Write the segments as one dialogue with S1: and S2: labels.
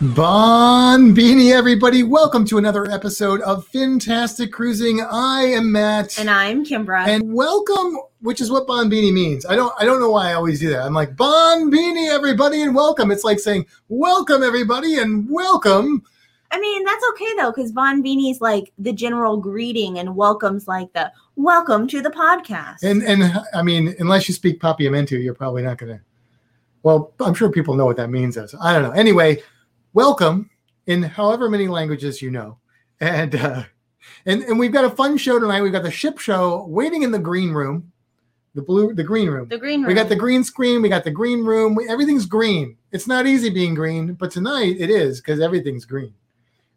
S1: Bon Beanie, everybody. Welcome to another episode of Fantastic Cruising. I am Matt.
S2: And I'm Kimbra.
S1: And welcome, which is what Bon Beanie means. I don't I don't know why I always do that. I'm like, Bon Beanie, everybody, and welcome. It's like saying, Welcome, everybody, and welcome.
S2: I mean, that's okay though, because Von Beanie's like the general greeting and welcomes like the welcome to the podcast.
S1: And and I mean, unless you speak Papiamentu, you're probably not gonna well, I'm sure people know what that means. As I don't know. Anyway, welcome in however many languages you know. And uh, and and we've got a fun show tonight. We've got the ship show waiting in the green room, the blue, the green room.
S2: the green room.
S1: We got the green screen. We got the green room. We, everything's green. It's not easy being green, but tonight it is because everything's green.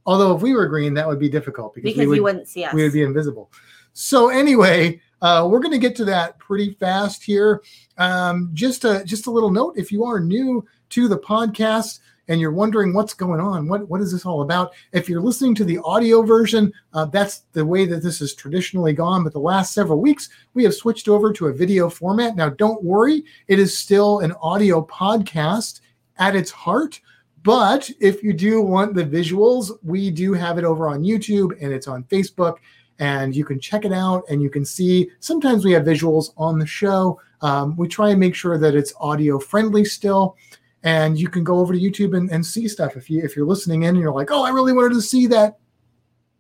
S1: Although if we were green, that would be difficult because,
S2: because
S1: we would,
S2: you wouldn't see us.
S1: we would be invisible. So anyway, uh, we're going to get to that pretty fast here. Um, just a just a little note: if you are new to the podcast and you're wondering what's going on, what what is this all about? If you're listening to the audio version, uh, that's the way that this is traditionally gone. But the last several weeks, we have switched over to a video format. Now, don't worry; it is still an audio podcast at its heart. But if you do want the visuals, we do have it over on YouTube and it's on Facebook and you can check it out and you can see sometimes we have visuals on the show um, we try and make sure that it's audio friendly still and you can go over to youtube and, and see stuff if you if you're listening in and you're like oh i really wanted to see that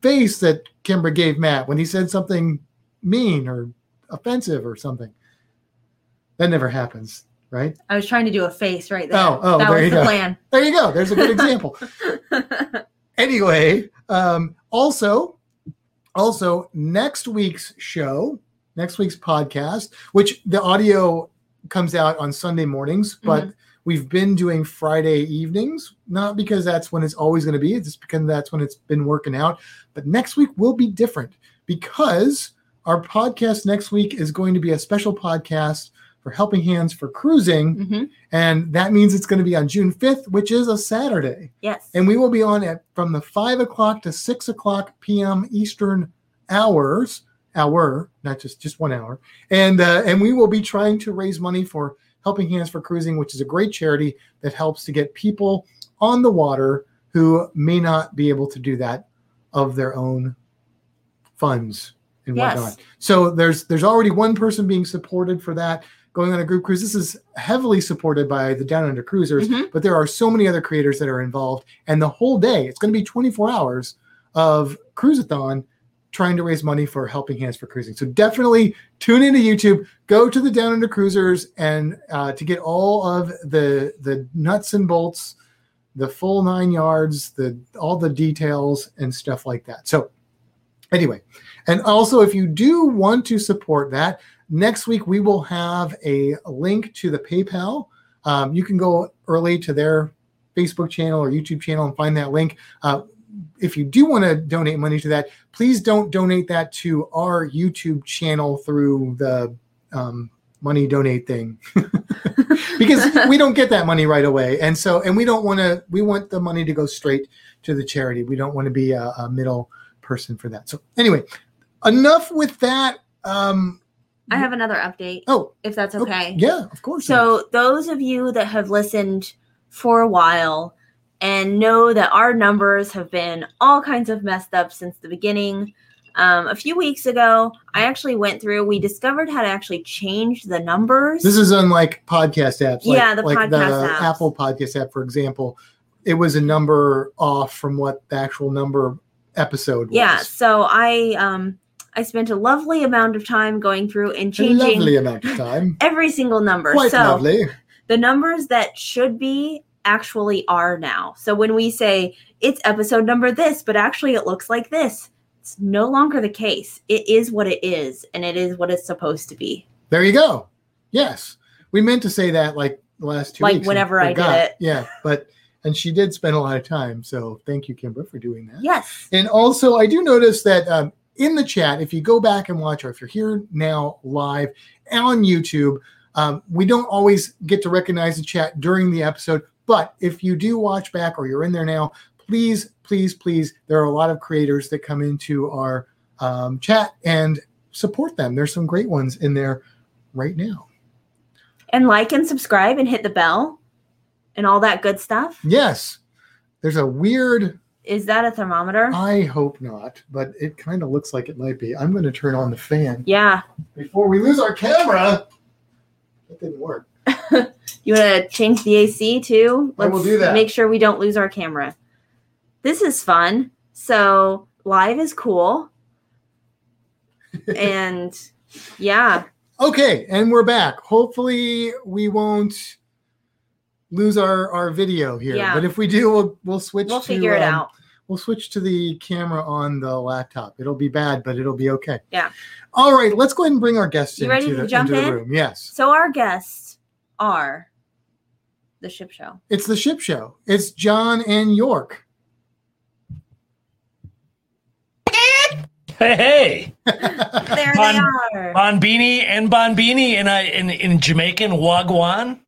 S1: face that kimber gave matt when he said something mean or offensive or something that never happens right
S2: I was trying to do a face right there.
S1: Oh, oh,
S2: that
S1: there
S2: was
S1: you
S2: the
S1: go.
S2: plan.
S1: there you go there's a good example anyway, um, also, also next week's show, next week's podcast, which the audio comes out on Sunday mornings, but we've been doing Friday evenings, not because that's when it's always going to be, it's just because that's when it's been working out. But next week will be different because our podcast next week is going to be a special podcast for Helping Hands for Cruising.
S2: Mhm.
S1: And that means it's going to be on June 5th, which is a Saturday
S2: Yes.
S1: and we will be on at from the five o'clock to six o'clock p.m. Eastern hours hour, not just just one hour, and uh, and we will be trying to raise money for Helping Hands for Cruising, which is a great charity that helps to get people on the water who may not be able to do that of their own funds and
S2: Yes.
S1: whatnot. So there's there's already one person being supported for that going on a group cruise. This is heavily supported by the Down Under Cruisers,
S2: Mhm.
S1: but there are so many other creators that are involved. And the whole day, it's going to be 24 hours of Cruiseathon trying to raise money for Helping Hands for Cruising. So definitely tune into YouTube, go to the Down Under Cruisers, and uh, to get all of the the nuts and bolts, the full nine yards, the all the details and stuff like that. So anyway, and also if you do want to support that, next week we will have a link to the PayPal. Um, you can go early to their Facebook channel or YouTube channel and find that link. Uh, if you do want to donate money to that, please don't donate that to our YouTube channel through the um, money donate thing because we don't get that money right away. And so, and we don't want to, we want the money to go straight to the charity. We don't want to be a, a middle person for that. So, anyway, enough with that. Um,
S2: I have another update,
S1: oh,
S2: if that's
S1: oh,
S2: okay.
S1: yeah, of course.
S2: So, those of you that have listened for a while and know that our numbers have been all kinds of messed up since the beginning, um, a few weeks ago, I actually went through, we discovered how to actually change the numbers.
S1: This is on like podcast apps. Like,
S2: Yeah, the
S1: like
S2: podcast apps.
S1: Apple podcast app, for example. It was a number off from what the actual number episode was.
S2: yeah so i um i spent a lovely amount of time going through and
S1: A
S2: changing
S1: lovely amount of time.
S2: every single number
S1: Quite
S2: so
S1: lovely.
S2: the numbers that should be actually are now so when we say it's episode number this but actually it looks like this it's no longer the case it is what it is and it is what it's supposed to be
S1: There you go. Yes. We meant to say that like the last two
S2: Like
S1: weeks. and
S2: whenever I did
S1: forgot.
S2: it.
S1: Yeah, but and she did spend a lot of time. So thank you, Kimber, for doing that.
S2: Yes.
S1: And also, I do notice that um, in the chat, if you go back and watch, or if you're here now live on YouTube, um, we don't always get to recognize the chat during the episode. But if you do watch back or you're in there now, please, please, please, there are a lot of creators that come into our um, chat and support them. There's some great ones in there right now.
S2: And like and subscribe and hit the bell and all that good stuff.
S1: Yes, there's a weird
S2: Is that a thermometer?
S1: I hope not, but it kind of looks like it might be. I'm going to turn on the fan
S2: yeah.
S1: before we lose our camera. That didn't work.
S2: You want to change the AC too?
S1: I will do that.
S2: Make sure we don't lose our camera. This is fun. So live is cool. and yeah,
S1: Okay, and we're back. Hopefully, we won't lose our our video here.
S2: Yeah.
S1: But if we do, we'll we'll switch.
S2: we'll
S1: to,
S2: figure it
S1: um,
S2: out.
S1: We'll switch to the camera on the laptop. It'll be bad, but it'll be okay.
S2: Yeah.
S1: All right, let's go ahead and bring our guests
S2: You
S1: into,
S2: ready to
S1: the,
S2: jump
S1: into the
S2: in?
S1: room. Yes.
S2: So our guests are the ship show.
S1: It's the ship show. It's John and York.
S3: Hey, hey,
S2: There they
S3: Fun.
S2: are.
S3: Bonbini and Bonbini in a, in in Jamaican Wagwan.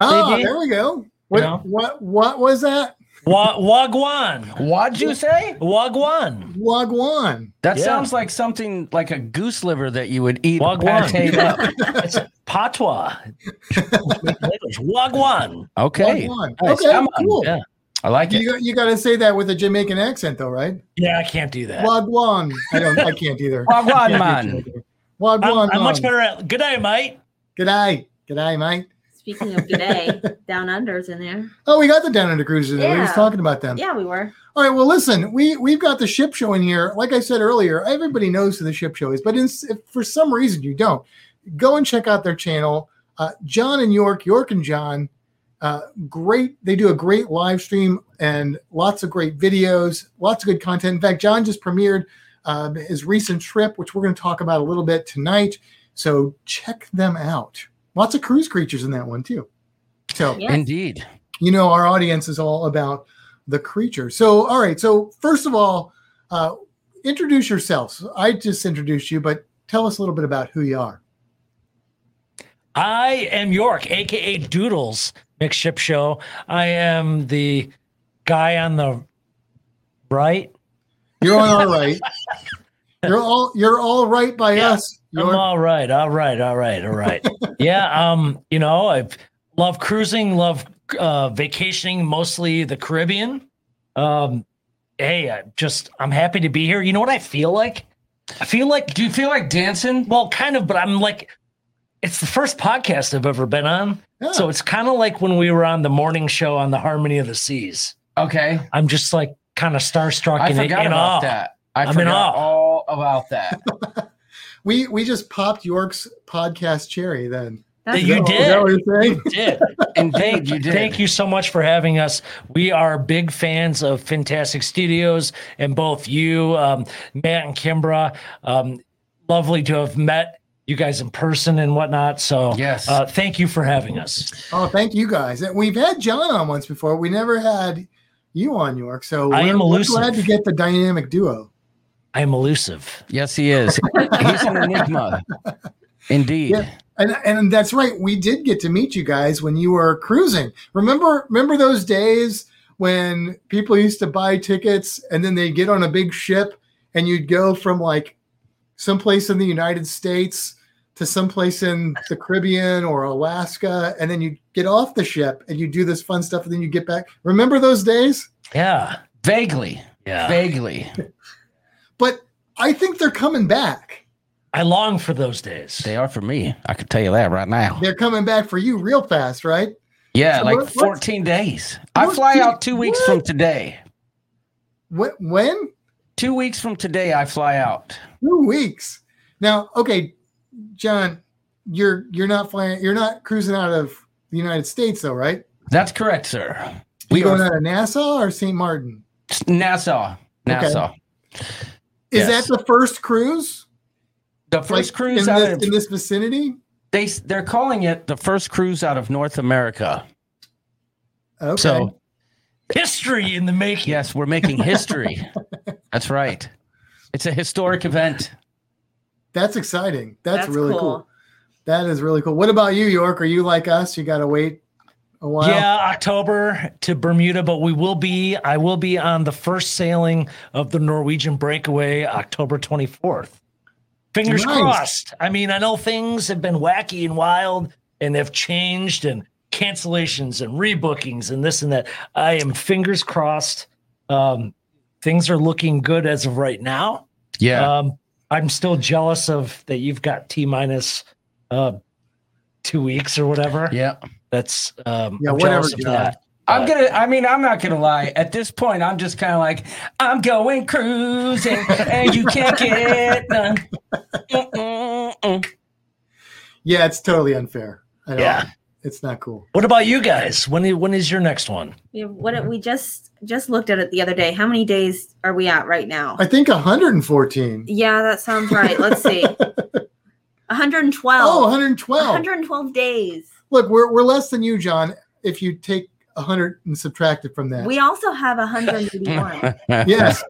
S1: Oh,
S3: Mhm.
S1: there we go. What,
S3: know?
S1: what what was that?
S3: Wa, wagwan.
S4: What'd you say?
S3: Wagwan.
S1: Wagwan.
S4: That
S3: Yeah.
S4: sounds like something like a goose liver that you would eat
S3: Wagwan.
S4: pateed up.
S3: It's patois. Wagwan.
S4: Okay.
S1: Wagwan.
S4: Nice.
S1: Okay,
S4: Come on.
S1: cool.
S4: Yeah. I like it.
S1: You, got- you got to say that with a Jamaican accent, though, right?
S3: Yeah, I can't do that.
S1: Wagwan. I don't. I can't either. I
S4: Wagwan
S1: can't do
S4: man.
S1: Jamaican. Wagwan.
S3: I'm, I'm
S1: man.
S3: much better at. Good day, mate.
S1: Good eye. Good eye, mate.
S2: Speaking of g'day, down under's in there.
S1: Oh, we got the down under cruises. We were
S2: Yeah.
S1: just talking about them.
S2: Yeah, we were.
S1: All right. Well, listen, we we've got the ship show in here. Like I said earlier, everybody knows who the ship show is, but in, if for some reason you don't, go and check out their channel. Uh, John and York, York and John, uh, great. They do a great live stream and lots of great videos, lots of good content. In fact, John just premiered um, his recent trip, which we're going to talk about a little bit tonight. So check them out. Lots of cruise creatures in that one too. So
S2: Yes.
S4: Indeed.
S1: you know our audience is all about the creature so all right so first of all uh, introduce yourselves i just introduced you but tell us a little bit about who you are
S3: I am York, aka Doodles McShip Show. I am the guy on the right.
S1: you're on all right you're all you're all right by
S3: Yeah,
S1: us
S3: I'm
S1: you're,
S3: all right. All right. All right. All right. yeah. Um, you know, I love cruising, love uh vacationing, mostly the Caribbean. Um, hey, I just I'm happy to be here. You know what I feel like? I feel like
S4: Do you feel like dancing?
S3: well, kind of, but I'm like it's the first podcast I've ever been on.
S1: Yeah.
S3: So it's kind of like when we were on the morning show on the Harmony of the Seas.
S4: Okay.
S3: I'm just like kind of starstruck
S4: I
S3: and in,
S4: forgot
S3: in
S4: about
S3: awe.
S4: that. I
S3: I'm in awe.
S4: forgot all about that.
S1: we we just popped york's podcast cherry then
S2: That's
S3: You
S1: Is
S2: cool.
S1: that- is that
S3: did.
S1: what you're saying?
S3: You did.
S4: Indeed, you did.
S3: Thank you so much for having us. We are big fans of Fantastic Studios and both you, um, Matt and Kimbra. Um, lovely to have met you guys in person and whatnot. So,
S4: Yes.
S3: uh, thank you for having us.
S1: oh thank you guys and we've had john on once before we never had you on york so
S3: I
S1: we're-
S3: am
S1: we're
S3: elusive.
S1: glad to get the dynamic duo
S3: I am elusive.
S4: Yes, he is. He's an enigma. Indeed.
S1: Yeah. And and that's right. We did get to meet you guys when you were cruising. Remember remember those days when people used to buy tickets and then they'd get on a big ship and you'd go from like someplace in the United States to someplace in the Caribbean or Alaska and then you get off the ship and you do this fun stuff and then you get back. Remember those days?
S3: Yeah.
S4: Vaguely.
S3: Yeah.
S4: Vaguely.
S1: But I think they're coming back.
S3: I long for those days.
S4: They are for me. I could tell you that right now.
S1: They're coming back for you real fast, right?
S4: Yeah,
S1: So
S4: like
S1: what- what's-
S4: 14 days. I fly
S1: 14
S4: out two weeks
S1: what?
S4: from today.
S1: When when?
S4: Two weeks from today, I fly out.
S1: two weeks now okay john you're you're not flying you're not cruising out of the united states though right
S4: That's correct, sir.
S1: we
S4: We
S1: going
S4: are
S1: out of nassau or st martin
S4: Nassau. Nassau.
S1: is
S4: Yes.
S1: that the first cruise
S4: The first
S1: Like,
S4: cruise
S1: in
S4: out
S1: this,
S4: of
S1: in this vicinity
S4: they they're calling it the first cruise out of North America.
S1: Okay.
S4: So
S3: History in the making.
S4: yes, we're making history. That's right. It's a historic event.
S1: that's exciting. That's, really cool. That is really cool. What about you, York? Are you like us? You got to wait a while.
S3: Yeah, October to Bermuda, but we will be. I will be on the first sailing of the Norwegian Breakaway, October twenty fourth. Fingers
S1: Nice.
S3: crossed. I mean, I know things have been wacky and wild, and they've changed, and cancellations and rebookings and this and that. I am fingers crossed. Um, things are looking good as of right now.
S4: Yeah.
S3: Um, I'm still jealous of that you've got T minus uh, two weeks or whatever.
S4: yeah.
S3: That's um,
S1: Yeah,
S3: I'm
S1: whatever,
S3: jealous of
S1: John.
S3: that.
S4: I'm gonna. I mean, I'm not gonna lie. At this point, I'm just kind of like, I'm going cruising, and you can't get none. Mm-mm-mm.
S1: Yeah, it's totally unfair. I don't,
S3: Yeah.
S1: It's not cool.
S3: What about you guys? When i- when is your next one?
S2: Yeah, what we just just looked at it the other day. How many days are we at right now?
S1: I think 114.
S2: Yeah, that sounds right. Let's see. 112.
S1: Oh, 112.
S2: 112 days.
S1: Look, we're, we're less than you, John, if you take 100 and subtract it from that.
S2: We also have 181.
S1: yes.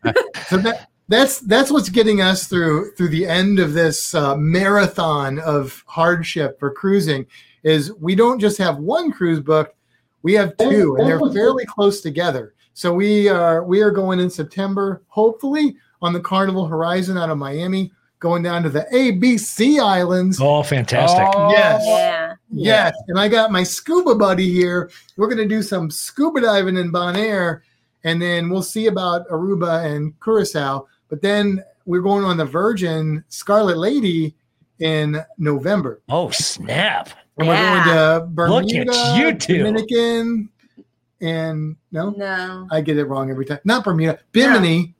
S1: so that, that's that's what's getting us through through the end of this uh, marathon of hardship for cruising is we don't just have one cruise booked, we have two, and they're fairly close together. So we are we are going in September, hopefully on the Carnival Horizon out of Miami, going down to the ABC Islands.
S3: Oh, fantastic!
S1: Yes.
S2: yeah.
S1: Yes, and I got my scuba buddy here. We're gonna do some scuba diving in Bonaire, and then we'll see about Aruba and Curacao. But then we're going on the Virgin Scarlet Lady in November,
S3: Oh, snap!
S1: and we're
S2: Yeah.
S1: going to Bermuda,
S3: Ah. Look at you two.
S1: Dominican, and no,
S2: No.
S1: I get it wrong every time. Not Bermuda, Bimini,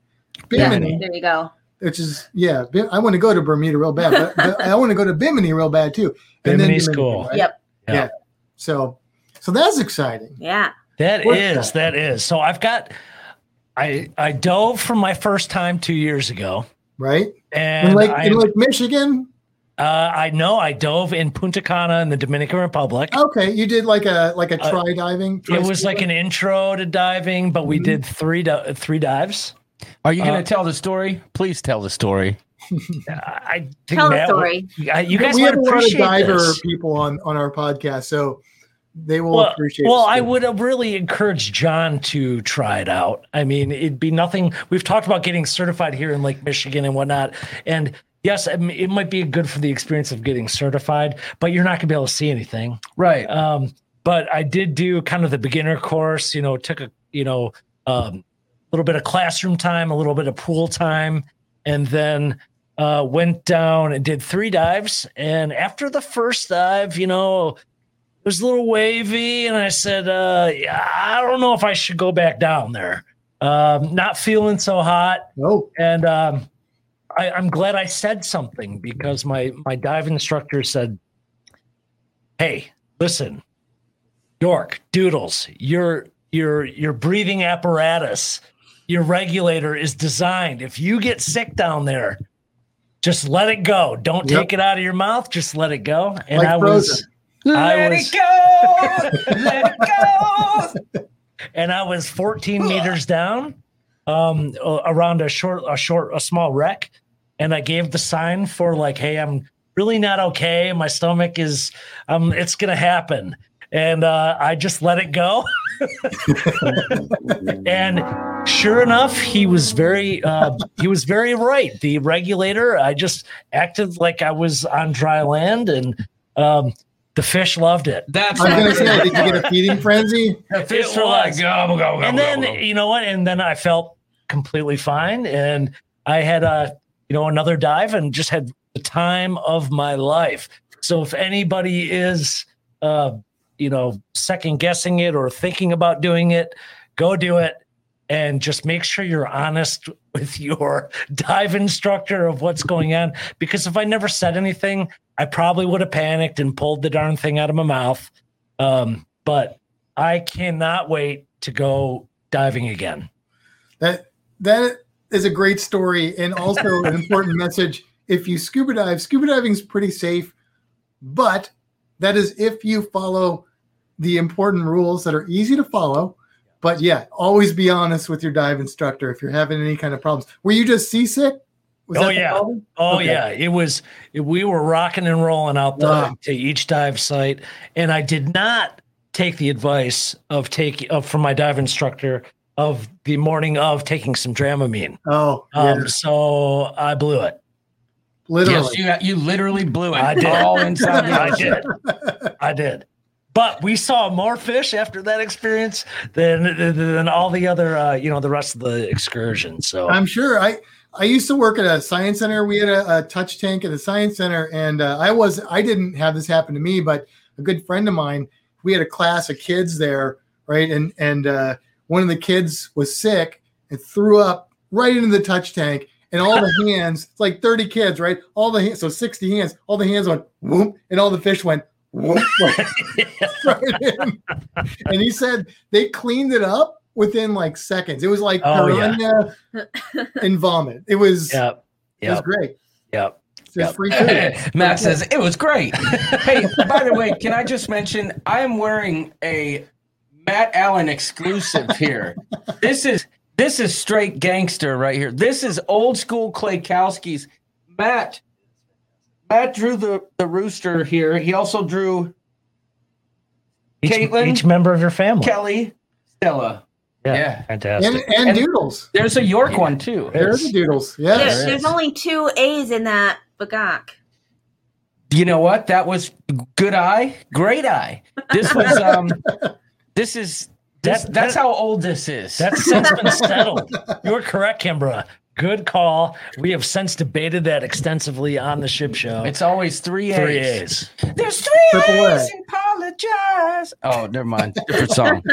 S1: Bimini,
S2: There you go.
S1: which is yeah. Bim- I want to go to Bermuda real bad, but, but I want to go to Bimini real bad too. And then
S3: Bimini's
S1: Dominican,
S3: cool.
S1: right?
S2: Yep.
S1: So, so that's exciting.
S2: Yeah.
S3: That is
S1: What's
S3: that is. So I've got. I I dove for my first time two years ago,
S1: right?
S3: and
S1: In Lake,
S3: I,
S1: in Lake Michigan.
S3: uh, I know I dove in Punta Cana in the Dominican Republic.
S1: Okay, you did like a like a
S3: Uh,
S1: try diving.
S3: it was like an intro to diving, but we
S1: Mhm.
S3: did three di- three dives.
S4: Are you gonna
S3: Uh,
S4: tell the story? Please tell the story.
S3: I I think
S2: Tell the
S3: Matt would-
S2: story.
S3: I- you guys
S1: we
S3: would
S1: have a lot of
S3: appreciate
S1: diver
S3: this.
S1: people on on our podcast, so they will
S3: well,
S1: appreciate.
S3: well
S1: it.
S3: I would have really encouraged John to try it out. I mean, it'd be nothing. We've talked about getting certified here in Lake Michigan and whatnot. And yes, I mean, it might be good for the experience of getting certified, but you're not going to be able to see anything.
S4: Right.
S3: Um, but I did do kind of the beginner course, you know, took a, you know, um, little bit of classroom time, a little bit of pool time, and then uh, went down and did three dives. And after the first dive, you know, it was a little wavy. And I said, uh, yeah, I don't know if I should go back down there. Um, not feeling so hot
S1: Oh,
S3: and um, I, I'm glad I said something because my my dive instructor said, "Hey, listen, York Doodles, your your your breathing apparatus, your regulator is designed. If you get sick down there, just let it go. Don't
S1: Yep.
S3: take it out of your mouth. Just let it go." And
S1: Like
S3: I was
S1: Frozen.
S3: I
S4: Let
S3: was-
S4: it go. Let it go.
S3: and I was 14 meters down um a- around a short a short a small wreck and I gave the sign for like hey I'm really not okay my stomach is um it's going to happen and uh I just let it go and sure enough he was very uh he was very right the regulator I just acted like I was on dry land and um the fish loved it
S4: That's
S1: I was
S4: not
S1: gonna say,
S4: good.
S1: did you get a feeding frenzy?
S4: The fish
S3: It
S4: were like,
S3: was.
S4: gobble, gobble,
S3: and
S4: gobble,
S3: then
S4: gobble.
S3: you know what and then i felt completely fine and i had a you know another dive and just had the time of my life so if anybody is uh you know second guessing it or thinking about doing it go do it and just make sure you're honest with your dive instructor of what's going on because if i never said anything i probably would have panicked and pulled the darn thing out of my mouth um, but I cannot wait to go diving again.
S1: That that is a great story and also an important message. If you scuba dive, scuba diving is pretty safe. But that is if you follow the important rules that are easy to follow. But yeah, always be honest with your dive instructor if you're having any kind of problems. Were you just seasick? Was that
S3: Oh,
S1: the
S3: yeah.
S1: problem?
S3: Oh
S1: Okay.
S3: yeah, it was. it- We were rocking and rolling out the,
S1: Wow.
S3: to each dive site, and I did not take the advice of take of from my dive instructor of the morning of taking some Dramamine.
S1: Oh, yeah.
S3: Um, So I blew it.
S1: literally.
S4: Yes, you, you literally blew it
S3: I did.
S4: all inside the
S3: I
S4: ocean.
S3: did. I did. But we saw more fish after that experience than than all the other, uh, you know, the rest of the excursion. So
S1: I'm sure. I I used to work at a science center. We had a, a touch tank at a science center, and uh, I was I didn't have this happen to me, but a good friend of mine. We had a class of kids there, right? And and uh, one of the kids was sick and threw up right into the touch tank, and all the hands. It's like 30 kids, right? All the hands, so 60 hands. All the hands went whoop, and all the fish went whoop. right in. And he said they cleaned it up within like seconds. It was like
S3: Oh, yeah.
S1: piranha and vomit. It was
S3: yeah,
S1: it was
S3: yeah,
S1: great.
S3: yeah.
S1: It's just
S3: Yep.
S1: free food.
S4: Matt says it was great. hey, by the way, can I just mention I am wearing a Matt Allen exclusive here. this is this is straight gangster right here. This is old school Clay Kowski's. Matt Matt drew the the rooster here. He also drew
S3: Each,
S4: Caitlin?
S3: each member of your family.
S4: Kelly, Stella.
S3: yeah.
S4: yeah.
S1: And,
S3: fantastic.
S1: and
S4: And-
S1: doodles.
S4: There's a York one too.
S3: There
S1: There are
S3: is.
S1: the doodles.
S2: There's,
S1: Yes.
S4: There
S2: there's
S4: is.
S2: only two A's in that bagak.
S4: you know what that was good eye great eye this was um this is this,
S3: That-
S4: that's
S3: that-
S4: how old this is
S3: That's since been settled. You're correct, Kimbra. Good call. We have since debated that extensively on the ship show.
S4: it's always three A's.
S3: three A's.
S4: There's three
S1: Triple
S4: A's.
S1: A.
S4: and Apologize. Oh, never mind. Different song.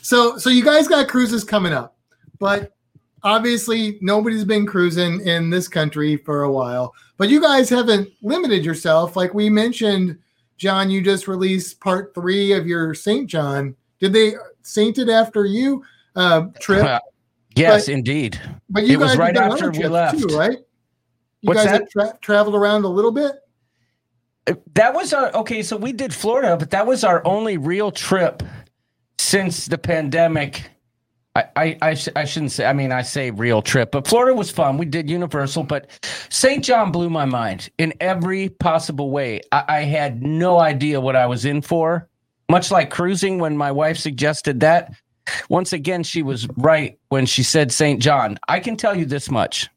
S1: So so you guys got cruises coming up, but obviously nobody's been cruising in this country for a while. But you guys haven't limited yourself. Like we mentioned, John, you just released part three of your Saint John. Did they saint it after you? Uh, trip,
S4: yes, indeed.
S1: but you
S4: it was
S1: guys
S4: right
S1: have done
S4: after
S1: other
S4: we
S1: trips
S4: left.
S1: too, right? You
S4: What's
S1: guys
S4: that?
S1: have tra- traveled around a little bit.
S4: That was our okay. So we did Florida, but that was our only real trip since the pandemic. I, I, I, sh- I shouldn't say, I mean, I say real trip, but Florida was fun. We did Universal, but St. John blew my mind in every possible way. I, I had no idea what I was in for, much like cruising when my wife suggested that. Once again, she was right when she said St. John. I can tell you this much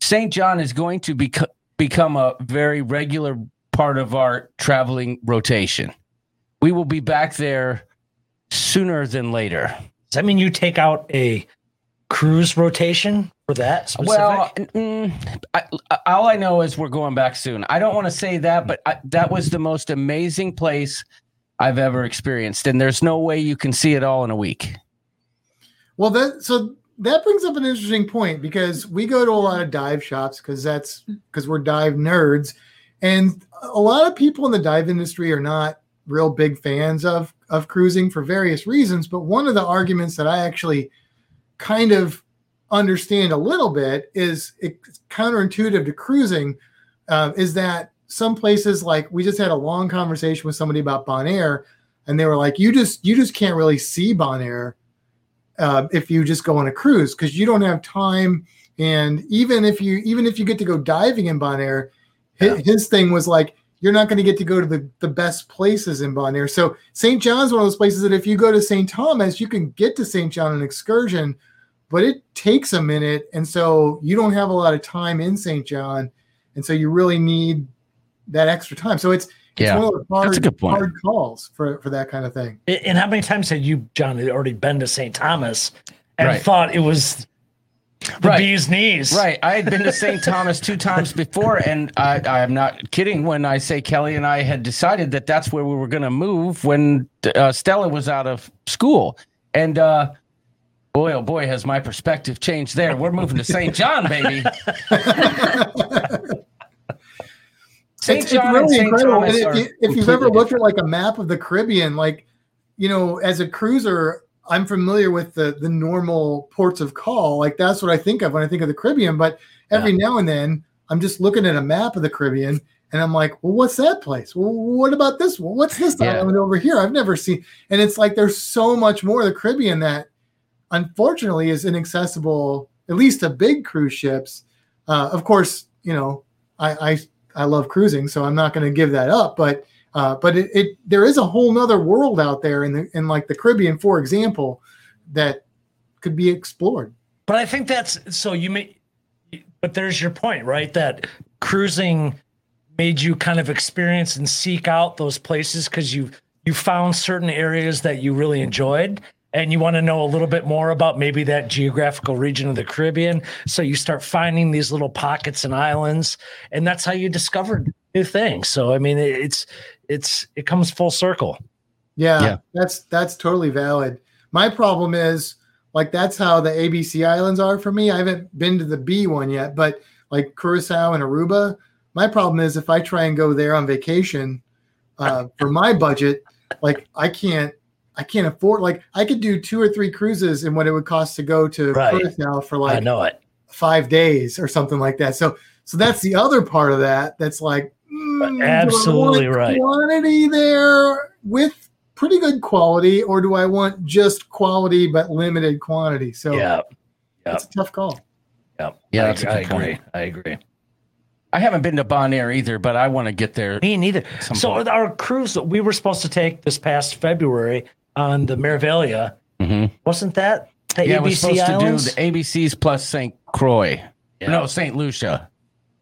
S4: St. John is going to bec- become a very regular part of our traveling rotation. We will be back there sooner than later.
S3: Does that mean you take out a cruise rotation for that specific?
S4: Well, mm, I, I- all I know is we're going back soon. I don't want to say that, but I, that was the most amazing place I've ever experienced, and there's no way you can see it all in a week.
S1: Well, that so that brings up an interesting point because we go to a lot of dive shops because that's because we're dive nerds, and a lot of people in the dive industry are not real big fans of of cruising for various reasons. But one of the arguments that I actually kind of understand a little bit is it's counterintuitive to cruising uh, is that some places like we just had a long conversation with somebody about Bonaire and they were like you just you just can't really see Bonaire uh, if you just go on a cruise because you don't have time and even if you even if you get to go diving in Bonaire hi- his, thing was like you're not going to get to go to the, the best places in Bonaire so St. John's one of those places that if you go to St. Thomas you can get to St. John on an excursion but it takes a minute and so you don't have a lot of time in St. John and so you really need that extra time so it's it's
S4: Yeah,
S1: one of the
S4: that's a
S1: hard,
S4: good point.
S1: hard calls for, for that kind of thing.
S3: A- and how many times had you, John, had already been to St. Thomas and
S4: Right.
S3: thought it was the
S4: Right.
S3: bee's knees?
S4: Right. I had been to St. Thomas two times before, and I, I am not kidding when I say Kelly and I had decided that that's where we were going to move when uh, Stella was out of school. And uh, boy, oh boy, has my perspective changed there. We're moving to St. John, baby. St.
S1: It's, it's
S4: John and
S1: really
S4: St.
S1: incredible.
S4: Thomas
S1: And
S4: are
S1: if, you, if you've
S4: completely
S1: ever looked
S4: different.
S1: at like a map of the Caribbean, like you know, as a cruiser, I'm familiar with the the normal ports of call. Like that's what I think of when I think of the Caribbean. But every now and then, I'm just looking at a map of the Caribbean, And I'm like, well, what's that place? Well, what about this one? What's this
S4: Yeah.
S1: island over here? I've never seen. And it's like there's so much more of the Caribbean that unfortunately is inaccessible, at least to big cruise ships. Uh, of course, you know, I, I I love cruising, so I'm not going to give that up. But uh, but it, it there is a whole nother world out there in the in like the Caribbean, for example, that could be explored.
S3: But I think that's so you may, but there's your point, right? That cruising made you kind of experience and seek out those places because you you found certain areas that you really enjoyed and you want to know a little bit more about maybe that geographical region of the Caribbean. So you start finding these little pockets and islands, and that's how you discovered new things. So I mean, it's it's it comes full circle.
S1: Yeah,
S4: Yeah.
S1: that's that's totally valid. My problem is like that's how the ABC islands are for me. I haven't been to the B one yet, but like Curacao and Aruba. My problem is if I try and go there on vacation uh, for my budget, like I can't, I can't afford. Like I could do two or three cruises in what it would cost to go to
S3: Right.
S1: Curacao for
S3: I
S1: like
S3: know it.
S1: five days or something like that. So so that's the other part of that that's like mm, do I
S3: Absolutely
S1: want
S3: right.
S1: Quantity there with pretty good quality, or do I want just quality but limited quantity? So
S3: yeah,
S1: it's a tough call.
S3: yeah,
S4: Yeah,
S3: I-
S4: that's a
S3: I,
S4: good point.
S3: agree. I agree.
S4: I haven't been to Bonaire either, but I want to get there.
S3: Me neither.
S4: Some
S3: so
S4: point.
S3: our cruise that we were supposed to take this past February on the Miravilia,
S4: Mhm.
S3: wasn't that the
S4: Yeah, we're
S3: ABC
S4: supposed
S3: Islands?
S4: to do the ABCs plus St. Croix.
S3: Yeah.
S4: No, St. Lucia.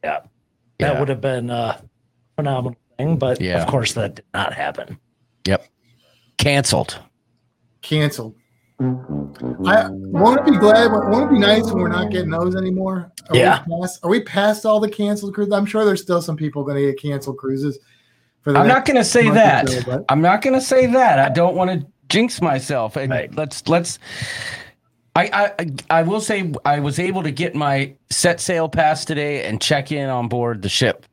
S3: Yeah.
S4: Yeah.
S3: That would have been a phenomenal thing, but
S4: Yeah.
S3: of course that did not happen.
S4: canceled.
S1: Canceled.
S4: Mm-hmm.
S1: I won't it be glad. Won't it be nice when we're not getting those anymore? Are
S3: Yeah.
S1: We past, are we past all the canceled cruises? I'm sure there's still some people going to get canceled cruises. For the
S4: I'm
S1: next-
S4: not going to say
S1: month or
S4: that.
S1: so, but-
S4: I'm not going to say that. I don't want to jinx myself. And
S3: Right.
S4: let's let's. I, I I will say I was able to get my set sail pass today and check in on board the ship.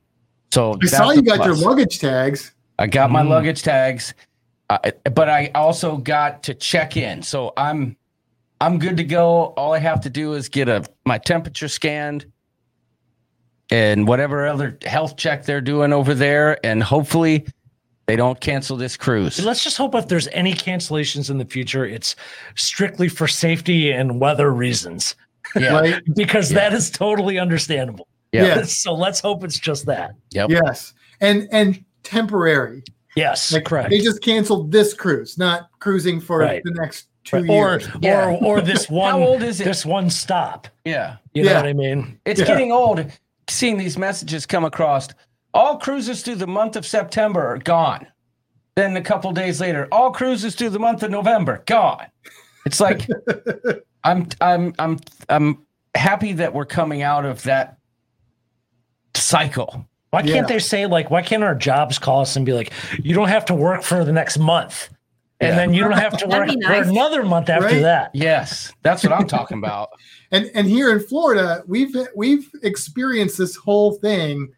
S4: So
S1: I
S4: that's
S1: saw
S4: a
S1: you got your
S4: plus.
S1: luggage tags.
S4: I got my
S3: Mm.
S4: luggage tags, I, but I also got to check in. So I'm I'm good to go. All I have to do is get a my temperature scanned and whatever other health check they're doing over there, and hopefully they don't cancel this cruise.
S3: Let's just hope if there's any cancellations in the future, it's strictly for safety and weather reasons,
S4: Yeah.
S1: Right?
S3: because
S4: Yeah.
S3: that is totally understandable.
S4: Yeah.
S1: Yes.
S3: So let's hope it's just that.
S4: Yep.
S1: Yes. And and temporary.
S3: Yes,
S1: Like,
S3: correct.
S1: They just canceled this cruise, not cruising for
S3: Right.
S1: the next two
S3: or
S1: years.
S4: Yeah.
S3: or or this
S4: How
S3: one
S4: old is it?
S3: this one stop.
S4: Yeah.
S3: You
S1: Yeah.
S3: know what I mean?
S4: It's
S1: Yeah.
S4: getting old seeing these messages come across. All cruises through the month of September are gone. Then a couple days later, all cruises through the month of November gone. It's like I'm I'm I'm I'm happy that we're coming out of that cycle.
S3: Why
S1: Yeah.
S3: can't they say like, why can't our jobs call us and be like, you don't have to work for the next month, and
S4: Yeah.
S3: then you don't have to work
S2: That'd be nice.
S3: for another month after
S1: Right.
S3: that?
S4: Yes, that's what I'm talking about.
S1: And and here in Florida, we've we've experienced this whole thing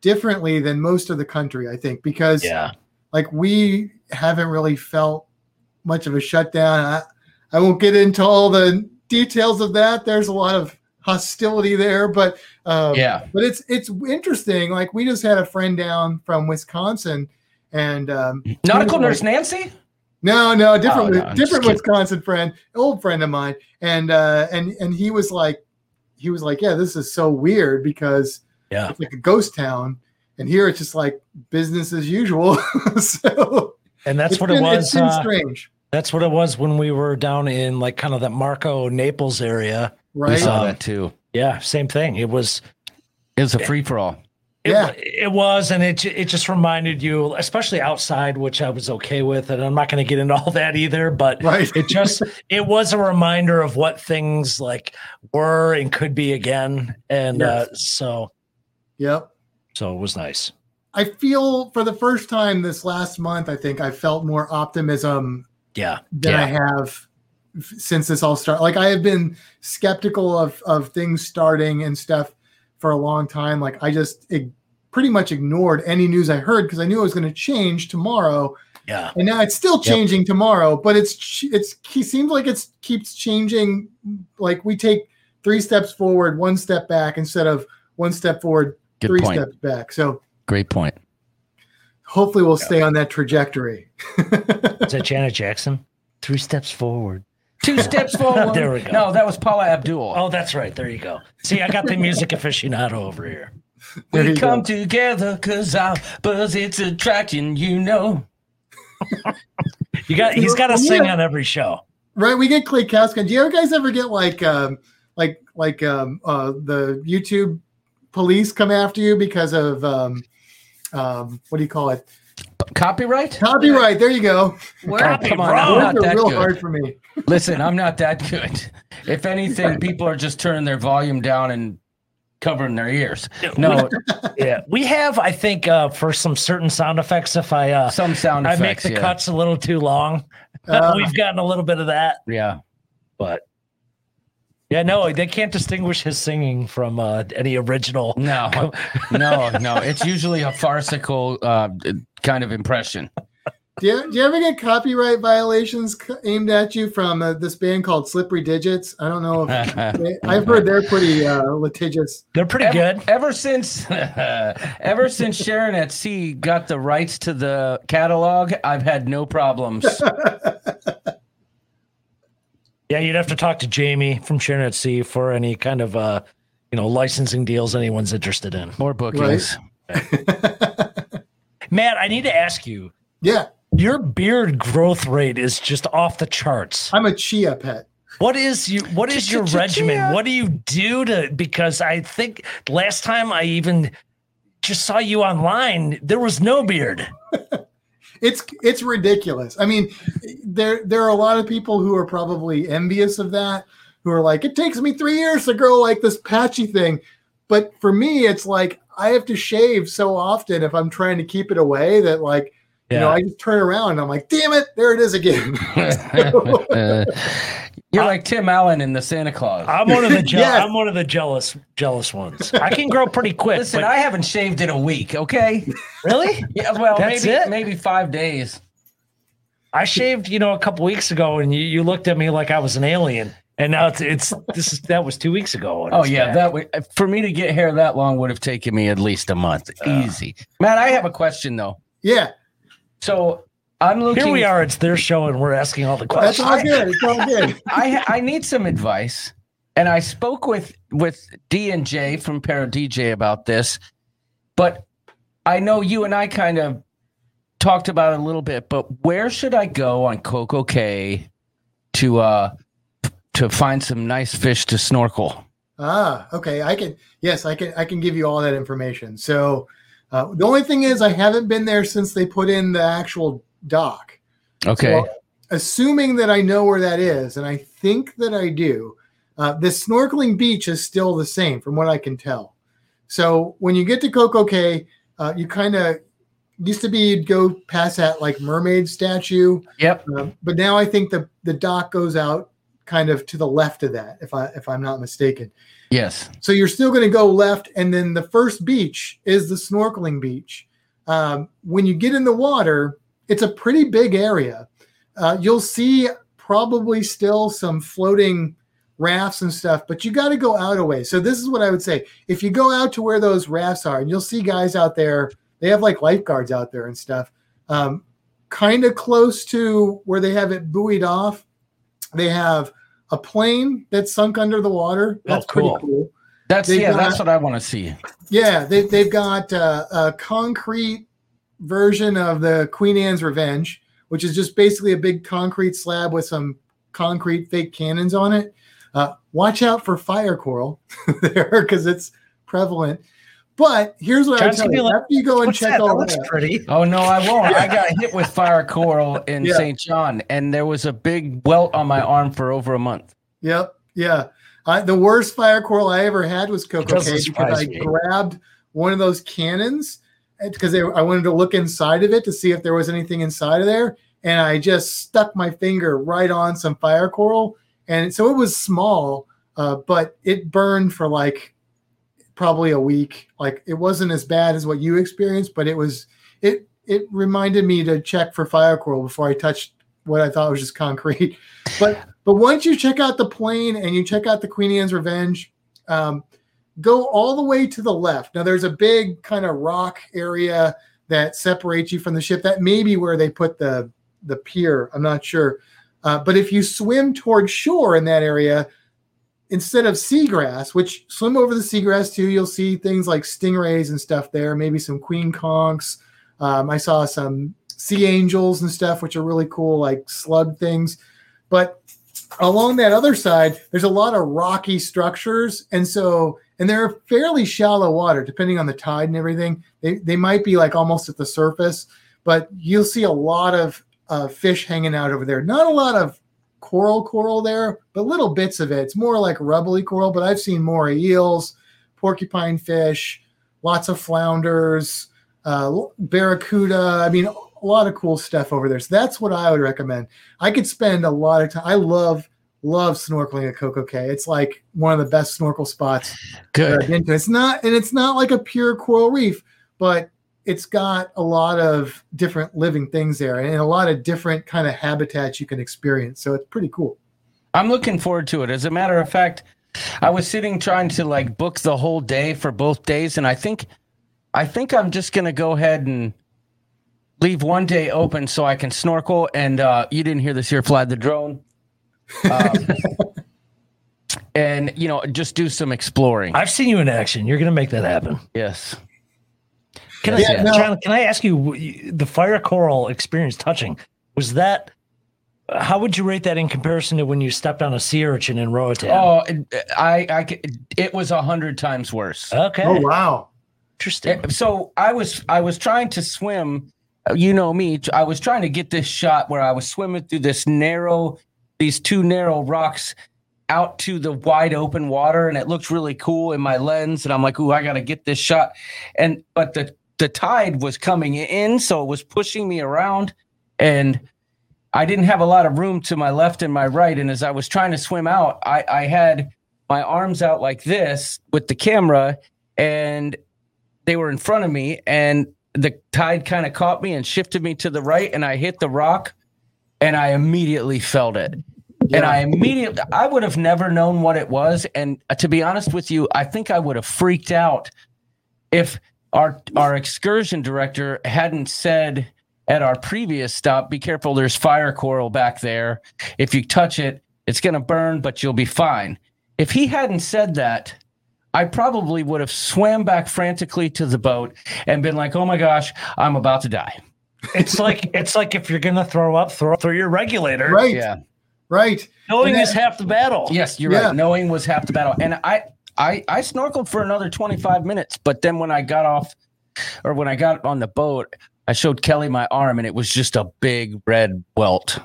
S1: differently than most of the country, I think, because
S3: Yeah,
S1: like we haven't really felt much of a shutdown. I, I won't get into all the details of that. There's a lot of hostility there, but um,
S4: Yeah.
S1: but it's it's interesting. Like we just had a friend down from Wisconsin, and um,
S4: Nautical
S1: Yeah.
S4: nurse Nancy?
S1: No, no, different,
S4: Oh, no, I'm just
S1: different
S4: kidding.
S1: Wisconsin friend, old friend of mine, and uh, and and he was like, he was like, yeah, this is so weird because
S3: Yeah.
S1: it's like a ghost town, and here it's just like business as usual. so
S3: and that's
S1: it's
S3: what it
S1: been- It's
S3: was.
S1: been
S3: Uh,
S1: strange,
S3: that's what it was when we were down in like kind of that Marco Naples area.
S4: We
S1: right?
S4: saw
S3: Um,
S4: that too.
S3: Yeah, same thing. It was
S4: It was a free for all.
S3: It,
S1: Yeah.
S3: wa- it was, and it ju- it just reminded you, especially outside, which I was okay with, and I'm not going to get into all that either. But
S1: Right.
S3: it just it was a reminder of what things like were and could be again, and uh, so
S1: yep.
S3: so it was nice.
S1: I feel for the first time this last month, I think I felt more optimism
S3: Yeah,
S1: than I have f- since this all started. Like I have been skeptical of of things starting and stuff for a long time. Like I just ig- pretty much ignored any news I heard because I knew it was going to change tomorrow,
S3: yeah,
S1: and now it's still
S4: Yep.
S1: changing tomorrow. But it's ch- it's it seems like it's keeps changing. Like we take three steps forward, one step back instead of one step forward,
S4: Good
S1: three
S4: point.
S1: steps back. So
S4: Great point.
S1: Hopefully, we'll stay on that trajectory.
S3: Is that Janet Jackson? Three steps forward.
S4: Two steps forward.
S3: There we go.
S4: No, that was Paula Abdul.
S3: Oh, that's right. There you go. See, I got the music aficionado over here.
S1: There
S4: we
S1: you
S4: come
S1: go.
S4: together because our buzz it's attraction, you know.
S3: You got. He's got to sing on every show.
S1: right? We get Clay Kaskin. Do you ever guys ever get like um like like um uh the YouTube police come after you because of um um what do you call it?
S4: Copyright?
S1: Copyright. There you go.
S2: We're
S4: come
S3: Copyright.
S4: on, I'm not
S1: Those are
S4: that
S1: real
S4: good.
S1: hard for me.
S4: Listen, I'm not that good. If anything, people are just turning their volume down and covering their ears. No,
S3: Yeah, we have. I think uh, for some certain sound effects, if I uh,
S4: some sound
S3: I
S4: effects.
S3: make the
S4: yeah.
S3: cuts a little too long,
S1: Uh,
S3: we've gotten a little bit of that.
S4: Yeah.
S3: But yeah, no, they can't distinguish his singing from uh, any original.
S4: No, no, no. It's usually a farcical uh, kind of impression.
S1: do, you, do you ever get copyright violations c- aimed at you from uh, this band called Slippery Digits? I don't know. If they, I've heard they're pretty uh, litigious.
S3: They're pretty
S4: ever,
S3: good.
S4: Ever since, ever since Sharon at Sea got the rights to the catalog, I've had no problems.
S3: Yeah, you'd have to talk to Jamie from Sharon at Sea for any kind of uh, you know licensing deals anyone's interested in.
S4: More bookings.
S3: Matt, I need to ask you.
S1: Yeah,
S3: Your beard growth rate is just off the charts.
S1: I'm a chia pet.
S3: What is your what is your
S4: Ch-ch-ch-chia.
S3: regimen? What do you do to because I think last time I even just saw you online, there was no beard.
S1: It's it's ridiculous. I mean, there there are a lot of people who are probably envious of that, who are like, it takes me three years to grow like this patchy thing. But for me, it's like I have to shave so often if I'm trying to keep it away that like you know I just turn around and I'm like, damn it, there it is again.
S4: Uh, you're like Tim Allen in the Santa Claus.
S3: I'm one of the je-
S1: Yes.
S3: I'm one of the jealous jealous ones. I can grow pretty quick.
S4: Listen,
S3: but-
S4: I haven't shaved in a week. Okay.
S3: really?
S4: Yeah. Well,
S3: That's
S4: maybe
S3: it?
S4: maybe five days.
S3: I shaved, you know, a couple weeks ago, and you, you looked at me like I was an alien. And now it's, it's this is that was two weeks ago. and
S4: Oh
S3: it's
S4: yeah,
S3: back.
S4: that would for me to get hair that long would have taken me at least a month, easy. Matt, I have a question though.
S1: yeah,
S4: So I'm looking.
S3: here we are. It's their show, and we're asking all the
S1: that's
S3: questions.
S1: all good. It's all good.
S4: I I need some advice, and I spoke with with D and J from Para DJ about this, but I know you and I kind of talked about it a little bit. But where should I go on Coco K to uh to find some nice fish to snorkel?
S1: Ah, okay. I can yes, I can I can give you all that information. So uh, the only thing is I haven't been there since they put in the actual dock.
S4: Okay,
S1: Well, assuming that I know where that is, and I think that I do, uh, the snorkeling beach is still the same from what I can tell. So when you get to Coco Cay, uh, you kind of used to be you'd go past that like mermaid statue,
S4: yep.
S1: um, but now I think the the dock goes out kind of to the left of that, if I if I'm not mistaken.
S4: Yes.
S1: So you're still going to go left, and then the first beach is the snorkeling beach. Um, when you get in the water, it's a pretty big area. Uh, you'll see probably still some floating rafts and stuff, but you got to go out a way. So this is what I would say: if you go out to where those rafts are, and you'll see guys out there, they have like lifeguards out there and stuff, um, kind of close to where they have it buoyed off. They have a plane that's sunk under the water. That's
S3: cool.
S1: pretty cool.
S4: That's
S1: They've
S4: yeah.
S1: got-
S4: that's what I want to see.
S1: Yeah, they, they've got uh, a concrete version of the Queen Anne's Revenge, which is just basically a big concrete slab with some concrete fake cannons on it. Uh, watch out for fire coral there because it's prevalent. But here's what
S3: John's
S1: I tell
S3: gonna be
S1: you:
S3: like,
S1: after you go and
S3: What's
S1: check
S3: that? That
S1: all
S3: looks
S1: that,
S3: pretty.
S4: Oh no, I won't. I got hit with fire coral in
S1: Yeah.
S4: St. John, and there was a big welt on my arm for over a month.
S1: Yep. Yeah. I, the worst fire coral I ever had was Coco
S3: Doesn't
S1: Cay
S3: surprise
S1: because I
S3: me.
S1: grabbed one of those cannons because I wanted to look inside of it to see if there was anything inside of there. And I just stuck my finger right on some fire coral. And so it was small, uh, but it burned for like probably a week. Like it wasn't as bad as what you experienced, but it was, it, it reminded me to check for fire coral before I touched what I thought was just concrete. But but once you check out the plane and you check out the Queen Anne's Revenge, um, go all the way to the left. Now there's a big kind of rock area that separates you from the ship. That may be where they put the the pier. I'm not sure. Uh, but if you swim toward shore in that area, instead of seagrass, which swim over the seagrass too, you'll see things like stingrays and stuff there, maybe some queen conchs. Um, I saw some sea angels and stuff, which are really cool, like slug things. But along that other side, there's a lot of rocky structures. And so, and they're fairly shallow water, depending on the tide and everything. They, they might be like almost at the surface, but you'll see a lot of uh, fish hanging out over there. Not a lot of coral coral there, but little bits of it. It's more like rubbly coral, but I've seen more eels, porcupine fish, lots of flounders, uh, barracuda. I mean, a lot of cool stuff over there. So that's what I would recommend. I could spend a lot of time. I love love snorkeling at Coco Cay. It's like one of the best snorkel spots that I've
S4: Good.
S1: been to. It's not, and it's not like a pure coral reef, but it's got a lot of different living things there and a lot of different kind of habitats you can experience. So it's pretty cool.
S4: I'm looking forward to it. As a matter of fact, I was sitting trying to like book the whole day for both days, and I think, I think I'm just gonna go ahead and leave one day open so I can snorkel. And uh, you didn't hear this here, fly the drone. Um, and you know, just do some exploring.
S3: I've seen you in action. You're going to make that happen.
S4: yes.
S3: Can I,
S4: Yeah,
S1: no.
S3: John, can I ask you w- the fire coral experience touching? Was that, how would you rate that in comparison to when you stepped on a sea urchin in Roatan?
S4: Oh, it- I, I, c- it was a hundred times worse.
S3: okay.
S1: Oh wow.
S3: Interesting.
S4: Yeah, Eh, So I was I was trying to swim. uh, You know me. t- I was trying to get this shot where I was swimming through this narrow, these two narrow rocks, out to the wide open water, and it looked really cool in my lens. And I'm like, "Ooh, I gotta get this shot." And but the the tide was coming in, so it was pushing me around, and I didn't have a lot of room to my left and my right. And as I was trying to swim out, I, I had my arms out like this with the camera, and they were in front of me and the tide kind of caught me and shifted me to the right and I hit the rock and I immediately felt it. And I immediately I would have never known what it was and uh, to be honest with you I think I would have freaked out if our our excursion director hadn't said at our previous stop be careful there's fire coral back there if you touch it it's going to burn but you'll be fine. If he hadn't said that I probably would have swam back frantically to the boat and been like, "Oh my gosh, I'm about to die."
S3: It's like it's like if you're gonna throw up, throw through your regulator.
S1: Right. Right.
S3: Knowing
S1: And that-
S3: is half the battle.
S4: Yes, you're
S1: Yeah.
S4: right. Knowing was half the battle. And I, I, I snorkeled for another 25 minutes, but then when I got off, or when I got on the boat, I showed Kelly my arm, and it was just a big red welt.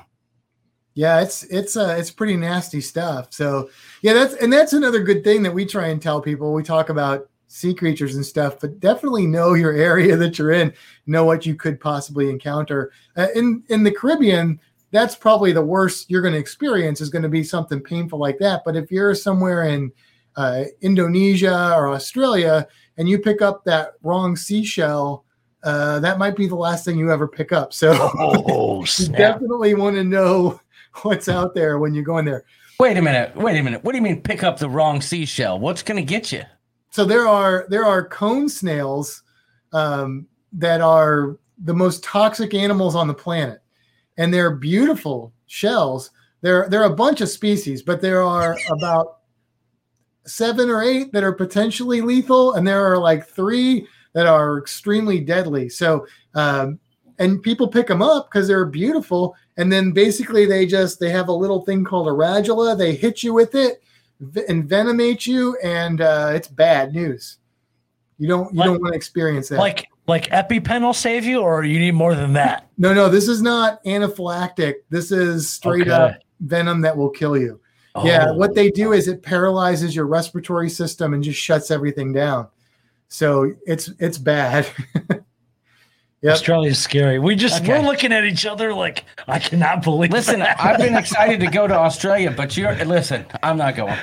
S1: Yeah, it's it's uh it's pretty nasty stuff. So yeah, that's and that's another good thing that we try and tell people. We talk about sea creatures and stuff, but definitely know your area that you're in, know what you could possibly encounter. Uh, in in the Caribbean, that's probably the worst you're going to experience is going to be something painful like that. But if you're somewhere in uh, Indonesia or Australia and you pick up that wrong seashell, uh, that might be the last thing you ever pick up. So.
S3: Oh
S1: You
S3: snap!
S1: definitely want to know what's out there when you're going there.
S4: Wait a minute. Wait a minute. What do you mean pick up the wrong seashell? What's going to get you?
S1: So there are there are cone snails um, that are the most toxic animals on the planet, and they're beautiful shells. There there are a bunch of species, but there are about seven or eight that are potentially lethal, and there are like three that are extremely deadly. So um, and people pick them up because they're beautiful, and then basically they just they have a little thing called a radula. They hit you with it, v- envenomate you, and uh, it's bad news. You don't you
S3: Like-
S1: don't want to experience that.
S3: Like like EpiPen will save you, or you need more than that.
S1: No, no, this is not anaphylactic. This is straight
S3: Okay.
S1: up venom that will kill you. Yeah,
S3: Oh.
S1: what they do is it paralyzes your respiratory system and just shuts everything down. So it's it's bad. Yep.
S3: Australia's scary. We just
S4: Okay.
S3: we're looking at each other like I cannot believe.
S4: Listen,
S3: that.
S4: I've been excited to go to Australia, but you're listen. I'm not going.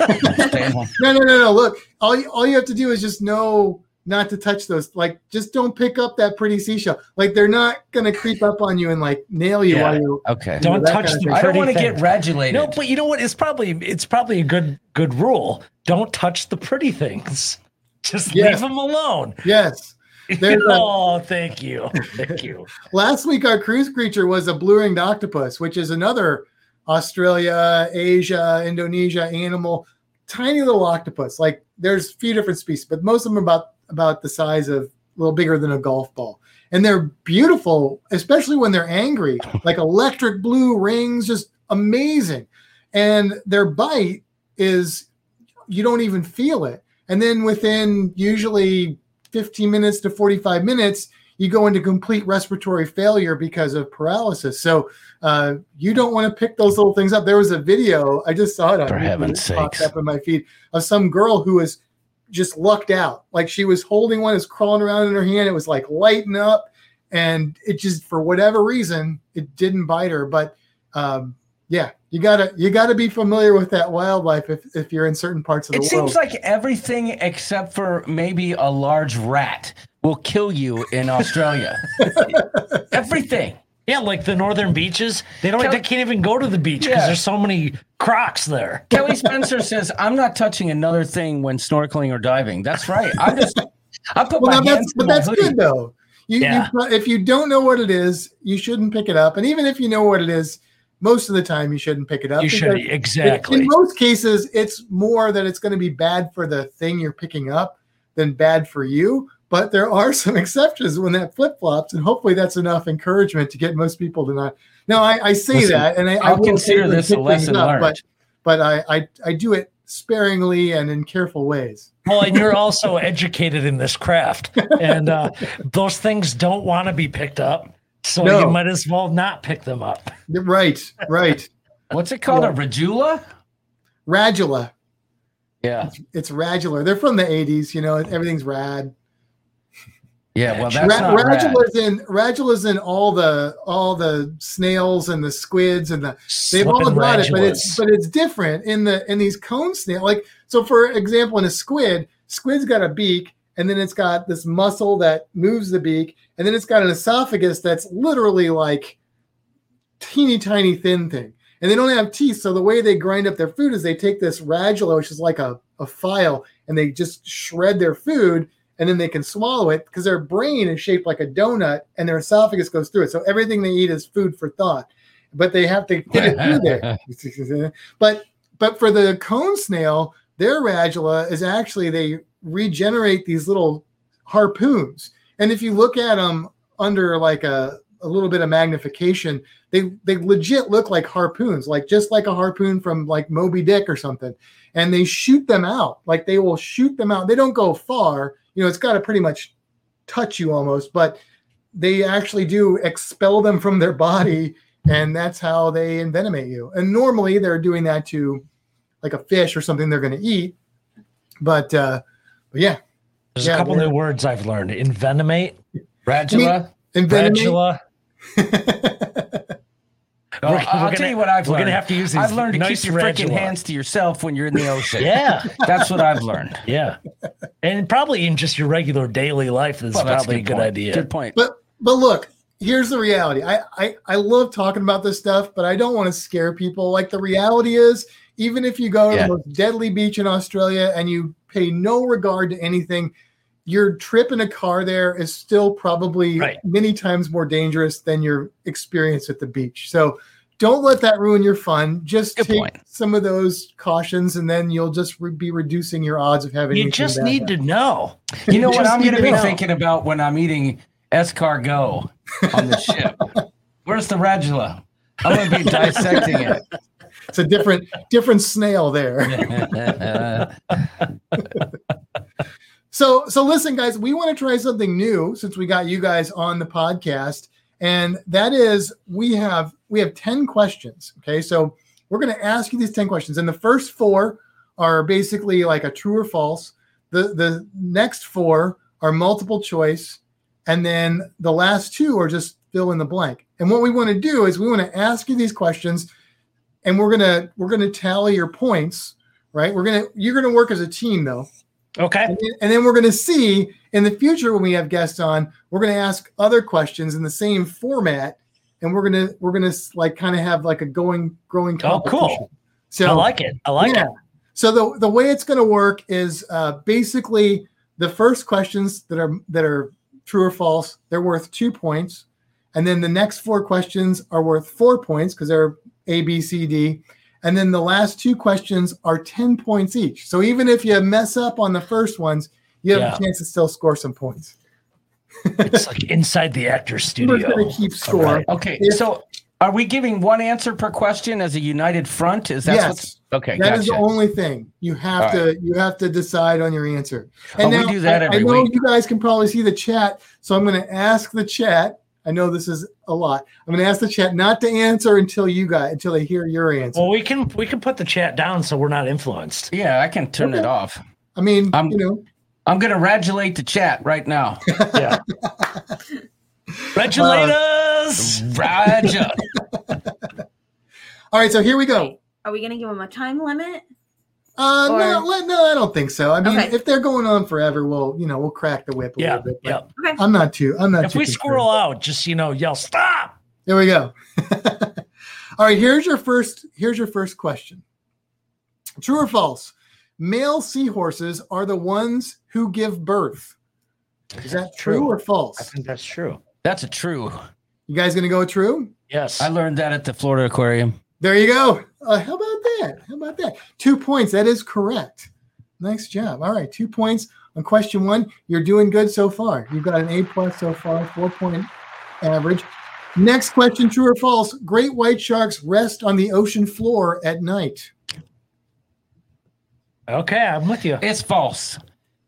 S4: I'm staying home.
S1: no, no, no, no. Look, all you, all you have to do is just know not to touch those. Like, just don't pick up that pretty seashell. Like, they're not gonna creep up on you and like nail you
S3: Yeah.
S1: while you.
S4: Okay.
S1: know,
S3: Don't
S1: that
S3: touch
S1: kind of
S3: the
S1: thing.
S4: I don't
S3: pretty
S4: want to
S3: thing.
S4: get regulated.
S3: No, but you know what? It's probably it's probably a good good rule. Don't touch the pretty things. Just
S1: Yeah.
S3: leave them alone.
S1: Yes. uh, There's a-
S3: oh, thank you, thank you.
S1: Last week, our cruise creature was a blue ringed octopus, which is another Australia, Asia, Indonesia animal. Tiny little octopus. Like there's a few different species, but most of them are about about the size of a little bigger than a golf ball. And they're beautiful, especially when they're angry. Like electric blue rings, just amazing. And their bite is you don't even feel it. And then within usually 15 minutes to 45 minutes, you go into complete respiratory failure because of paralysis. So uh, you don't want to pick those little things up. There was a video I just saw it on
S4: For
S1: YouTube,
S4: heaven's
S1: it popped
S4: sakes.
S1: up in my feed of some girl who was just lucked out. Like she was holding one, it was crawling around in her hand. It was like lighting up, and it just for whatever reason it didn't bite her. But um, yeah, you gotta you gotta be familiar with that wildlife if, if you're in certain parts of the
S4: It
S1: world.
S4: seems like everything except for maybe a large rat will kill you in Australia. everything.
S3: Yeah, like the northern beaches, they don't.
S4: Tell-
S3: they can't even go to the beach because
S4: Yeah.
S3: there's so many crocs there.
S4: Kelly Spencer says, "I'm not touching another thing when snorkeling or diving." That's right. I'm just. I put
S1: well,
S4: my
S1: now that's
S4: hands.
S1: but
S4: in my
S1: that's
S4: hoodie.
S1: good though. You,
S3: Yeah.
S1: you if you don't know what it is, you shouldn't pick it up. And even if you know what it is, most of the time you shouldn't pick it up.
S3: You should
S1: because It-
S3: exactly.
S1: In most cases, it's more that it's going to be bad for the thing you're picking up than bad for you. But there are some exceptions when that flip flops, and hopefully that's enough encouragement to get most people to not. No, I, I say
S4: Listen,
S1: that, and I, I
S4: I'll
S1: will
S4: consider
S1: occasionally
S4: this a
S1: pick
S4: lesson
S1: things up,
S4: learned.
S1: But, but I, I I do it sparingly and in careful ways.
S3: Well, and you're also educated in this craft, and uh, those things don't want to be picked up, so
S1: No.
S3: you might as well not pick them up.
S1: Right, right.
S4: What's it called? A radula?
S1: Radula,
S4: Yeah.
S1: it's radular. They're from the '80s, you know. Everything's rad.
S4: Yeah. Well, that's
S1: Ra-
S4: not rad.
S1: Radula's in Radula's in all the all the snails and the squids and the they've all
S3: Slippin'
S1: got it, but
S3: radulas.
S1: it's but it's different in the in these cone snail. Like so, for example, in a squid, squid's got a beak, and then it's got this muscle that moves the beak, and then it's got an esophagus that's literally like teeny tiny thin thing. And they don't have teeth, so the way they grind up their food is they take this radula, which is like a, a file, and they just shred their food, and then they can swallow it because their brain is shaped like a donut, and their esophagus goes through it. So everything they eat is food for thought, but they have to get it through there but but for the cone snail, their radula is actually they regenerate these little harpoons, and if you look at them under like a a little bit of magnification, they they legit look like harpoons, like just like a harpoon from like Moby Dick or something, and they shoot them out, like they will shoot them out. They don't go far, you know. It's got to pretty much touch you almost, but they actually do expel them from their body and that's how they envenomate you. And normally they're doing that to like a fish or something they're going to eat. But uh, but yeah,
S3: There's
S1: Yeah,
S3: a couple
S1: they're-
S3: new words I've learned: envenomate,
S4: Radula.
S1: envenomate.
S3: radula.
S4: Oh,
S3: We're-
S4: I'll
S3: we're
S4: tell
S3: gonna-
S4: you what I've
S3: We're
S4: learned.
S3: gonna have to use these.
S4: I've learned to
S3: nice
S4: keep your freaking
S3: radula.
S4: hands to yourself when you're in the ocean.
S3: Yeah,
S4: That's what I've learned.
S3: yeah, and probably in just your regular daily life, this
S4: Well,
S3: is
S4: that's
S3: probably a good
S4: point.
S3: idea.
S4: Good point.
S1: But but look, here's the reality. I, I I love talking about this stuff, but I don't want to scare people. Like the reality is, even if you go to
S4: Yeah.
S1: the most deadly beach in Australia and you pay no regard to anything, your trip in a car there is still probably
S3: Right.
S1: many times more dangerous than your experience at the beach. So don't let that ruin your fun. Just
S4: Good
S1: take
S4: point.
S1: some of those cautions, and then you'll just re- be reducing your odds of having.
S3: You
S1: anything
S3: just
S1: bad
S3: need to know.
S4: You know what
S3: just
S4: I'm
S3: need
S4: going to
S3: to
S4: be
S3: know.
S4: thinking about when I'm eating escargot on the ship? Where's the radula? I'm going to be dissecting it.
S1: happen. It's a different different snail there. So so listen, guys, we want to try something new since we got you guys on the podcast, and that is we have we have 10 questions. Okay, so we're gonna ask you these 10 questions, and the first four are basically like a true or false. The the next four are multiple choice, and then the last two are just fill in the blank. And what we want to do is we want to ask you these questions, and we're gonna we're gonna tally your points, right? We're gonna you're gonna work as a team though
S3: Okay.
S1: And then, and then we're going to see in the future when we have guests on, we're going to ask other questions in the same format, and we're gonna we're gonna like kind of have like a going growing.
S3: Oh, cool.
S1: competition. So
S3: I like it. I like
S1: yeah.
S3: it.
S1: So the the way it's going to work is uh, basically the first questions that are that are true or false, they're worth two points, and then the next four questions are worth four points because they're A, B, C, D, and then the last two questions are ten points each. So even if you mess up on the first ones, you have
S3: Yeah.
S1: a chance to still score some points.
S3: It's like inside the actor's
S1: We're
S3: studio.
S1: going to keep
S3: All
S1: score.
S3: right.
S4: Okay,
S1: If-
S4: so are we giving one answer per question as a united front? Is that
S1: Yes.
S4: what's okay?
S1: That is
S4: gotcha.
S1: the only thing you have
S4: All
S1: to you have to decide on your answer.
S4: Oh, we do that
S1: I- I,
S4: every
S1: know
S4: week.
S1: you guys can probably see the chat, so I'm going to ask the chat. I know this is a lot. I'm going to ask the chat not to answer until you guys until they hear your answer.
S3: Well, we can we can put the chat down so we're not influenced.
S4: yeah, I can turn it
S1: Okay.
S4: off.
S1: I mean,
S4: I'm-
S1: you know,
S4: I'm gonna radulate the chat right now.
S3: Yeah. Regulators.
S4: Raja.
S1: all right. So here we go.
S2: Wait, Are we gonna give them a time limit?
S1: Uh, no,
S2: Or-
S1: let- no, I don't think so. I mean,
S2: Okay.
S1: if they're going on forever, we'll you know we'll crack the whip a
S3: Yeah.
S1: little bit. but
S3: Yeah.
S2: Okay.
S1: I'm not too. I'm not.
S3: If
S1: too
S3: we
S1: concerned.
S3: squirrel out, just you know, yell stop.
S1: There we go. All right, here's your first here's your first question. True or false? Male seahorses are the ones who give birth. Is that true,
S3: True.
S1: or false?
S3: that's true.
S4: That's a true.
S1: You guys gonna go true?
S3: Yes.
S4: I learned that at the Florida Aquarium.
S1: There you go. Uh, how about that? How about that? Two points. That is correct. Nice job. All right, two points on question one. You're doing good so far. You've got an A plus so far, four point average. Next question: True or false? Great white sharks rest on the ocean floor at night.
S3: okay, I'm with you.
S4: It's false.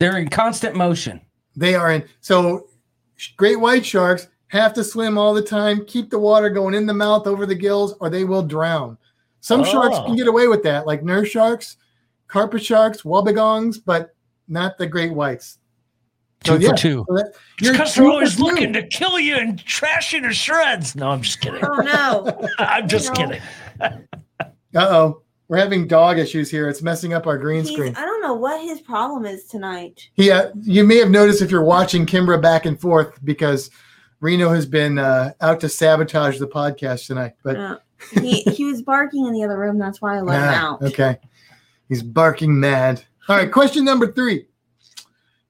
S4: They're in constant motion.
S1: They are in. So, sh- great white sharks have to swim all the time, keep the water going in the mouth over the gills, or they will drown. Some sharks
S3: Oh.
S1: can get away with that, like nurse sharks, carpet sharks, wobbegongs, but not the great whites.
S4: Two
S1: So,
S4: for
S1: yeah.
S4: two.
S1: So that-
S3: It's
S1: you're
S3: because
S1: two
S3: they're
S1: for
S3: always
S1: two.
S3: looking to kill you and trash you to shreds. No, I'm just kidding.
S2: Oh no.
S3: I'm just
S2: No.
S3: kidding.
S1: Uh oh, we're having dog issues here. It's messing up our green
S2: He's,
S1: screen.
S2: I don't know what his problem is tonight.
S1: Yeah, you may have noticed if you're watching Kimbra back and forth because Reno has been uh, out to sabotage the podcast tonight. But
S2: No. Uh, he he was barking in the other room. That's why I let him
S1: Ah,
S2: out.
S1: Okay. He's barking mad. All right, question number three.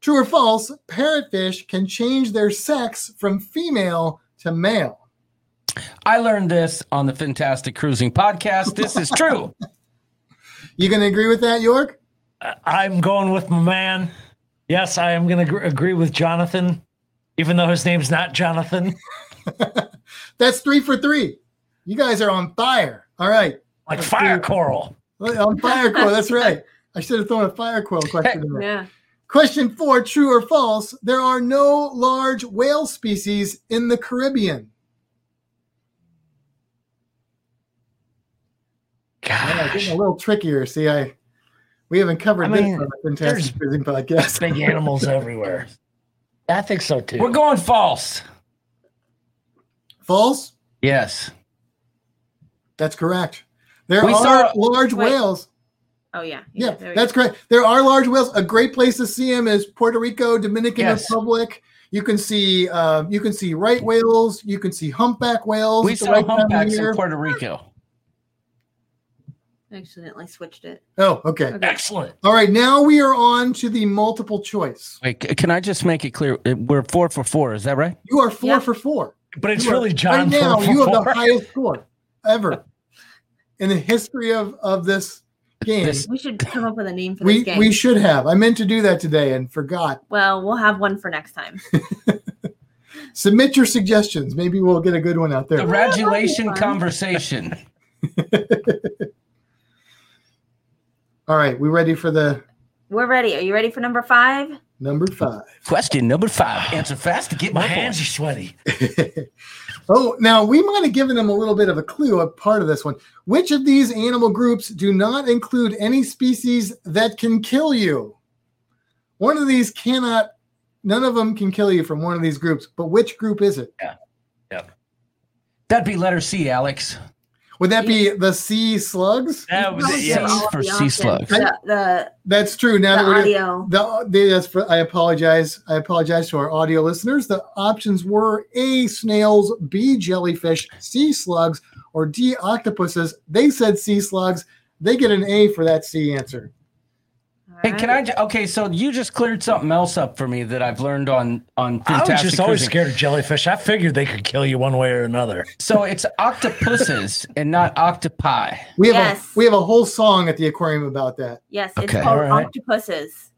S1: True or false, parrotfish can change their sex from female to male.
S4: I learned this on the Fantastic Cruising podcast. This is true.
S1: You gonna agree with that, York?
S3: I- I'm going with my man. Yes, I am going to gr- agree with Jonathan, even though his name's not Jonathan.
S1: That's three for three. You guys are on fire. All right.
S3: Like fire coral.
S1: On fire quill. That's right. I should have thrown a fire quill question in there.
S2: Yeah.
S1: Question four, true or false, there are no large whale species in the Caribbean. Yeah,
S3: Gosh,
S1: getting a little trickier. See, I we haven't covered
S3: I
S1: this
S3: mean,
S1: on the
S3: there's-
S1: Fantastic Cruising podcast.
S3: big animals everywhere. I think so too.
S4: We're going false.
S1: False?
S4: Yes.
S1: That's correct. There
S4: We
S1: are
S4: saw-
S1: large
S2: Wait.
S1: whales.
S2: Oh yeah.
S1: Yeah,
S2: there we
S1: that's
S2: go.
S1: correct. There are large whales. A great place to see them is Puerto Rico, Dominican
S4: Yes.
S1: Republic. You can see uh, you can see right whales. You can see humpback whales.
S4: We
S1: at the
S4: saw
S1: right time of
S4: humpbacks
S1: year.
S4: in Puerto Rico.
S2: I accidentally switched it.
S1: oh, okay.
S2: Okay.
S3: Excellent.
S1: All right. Now we are on to the multiple choice.
S4: Wait, c- can I just make it clear? Uh, We're four for four. Is that right?
S1: You are four
S2: Yeah.
S1: for four.
S3: But it's
S1: You are-
S3: really John.
S1: right now,
S3: for-
S1: you have
S3: for-
S1: the highest score ever in the history of of this game.
S4: This-
S2: We should come up with a name for this
S1: we
S2: game.
S1: we should have. I meant to do that today and forgot.
S2: well, we'll have one for next time.
S1: Submit your suggestions. Maybe we'll get a good one out
S4: The
S1: there.
S4: radulation
S2: fun.
S4: conversation.
S1: All right, we ready for the
S2: We're ready. Are you ready for number five?
S1: number five?
S4: Question number five. Answer fast to get
S3: my
S4: my
S3: hands
S4: points.
S3: are sweaty.
S1: oh, now we might have given them a little bit of a clue. A part of this one. Which of these animal groups do not include any species that can kill you? One of these cannot. None of them can kill you from one of these groups. But which group is it?
S4: That'd be letter C, Alex.
S1: Would that be the sea slugs?
S4: Oh,
S3: That was it. Yeah.
S4: for sea slugs.
S2: The, the,
S1: That's true.
S2: the
S1: Now that we're
S2: audio.
S1: the, the that's for, I apologize. I apologize to our audio listeners. The options were A snails, B jellyfish, C slugs, or D octopuses. They said sea slugs. They get an A for that C answer.
S4: Hey, can I? ju- Okay, so you just cleared something else up for me that I've learned on on
S3: I
S4: Fantastic
S3: was just always
S4: Cruising.
S3: scared of jellyfish. I figured they could kill you one way or another.
S4: So it's octopuses and not octopi.
S1: We have
S2: Yes.
S1: a we have a whole song at the aquarium about that.
S2: Yes, it's
S4: Okay.
S2: called
S3: Alright.
S2: octopuses.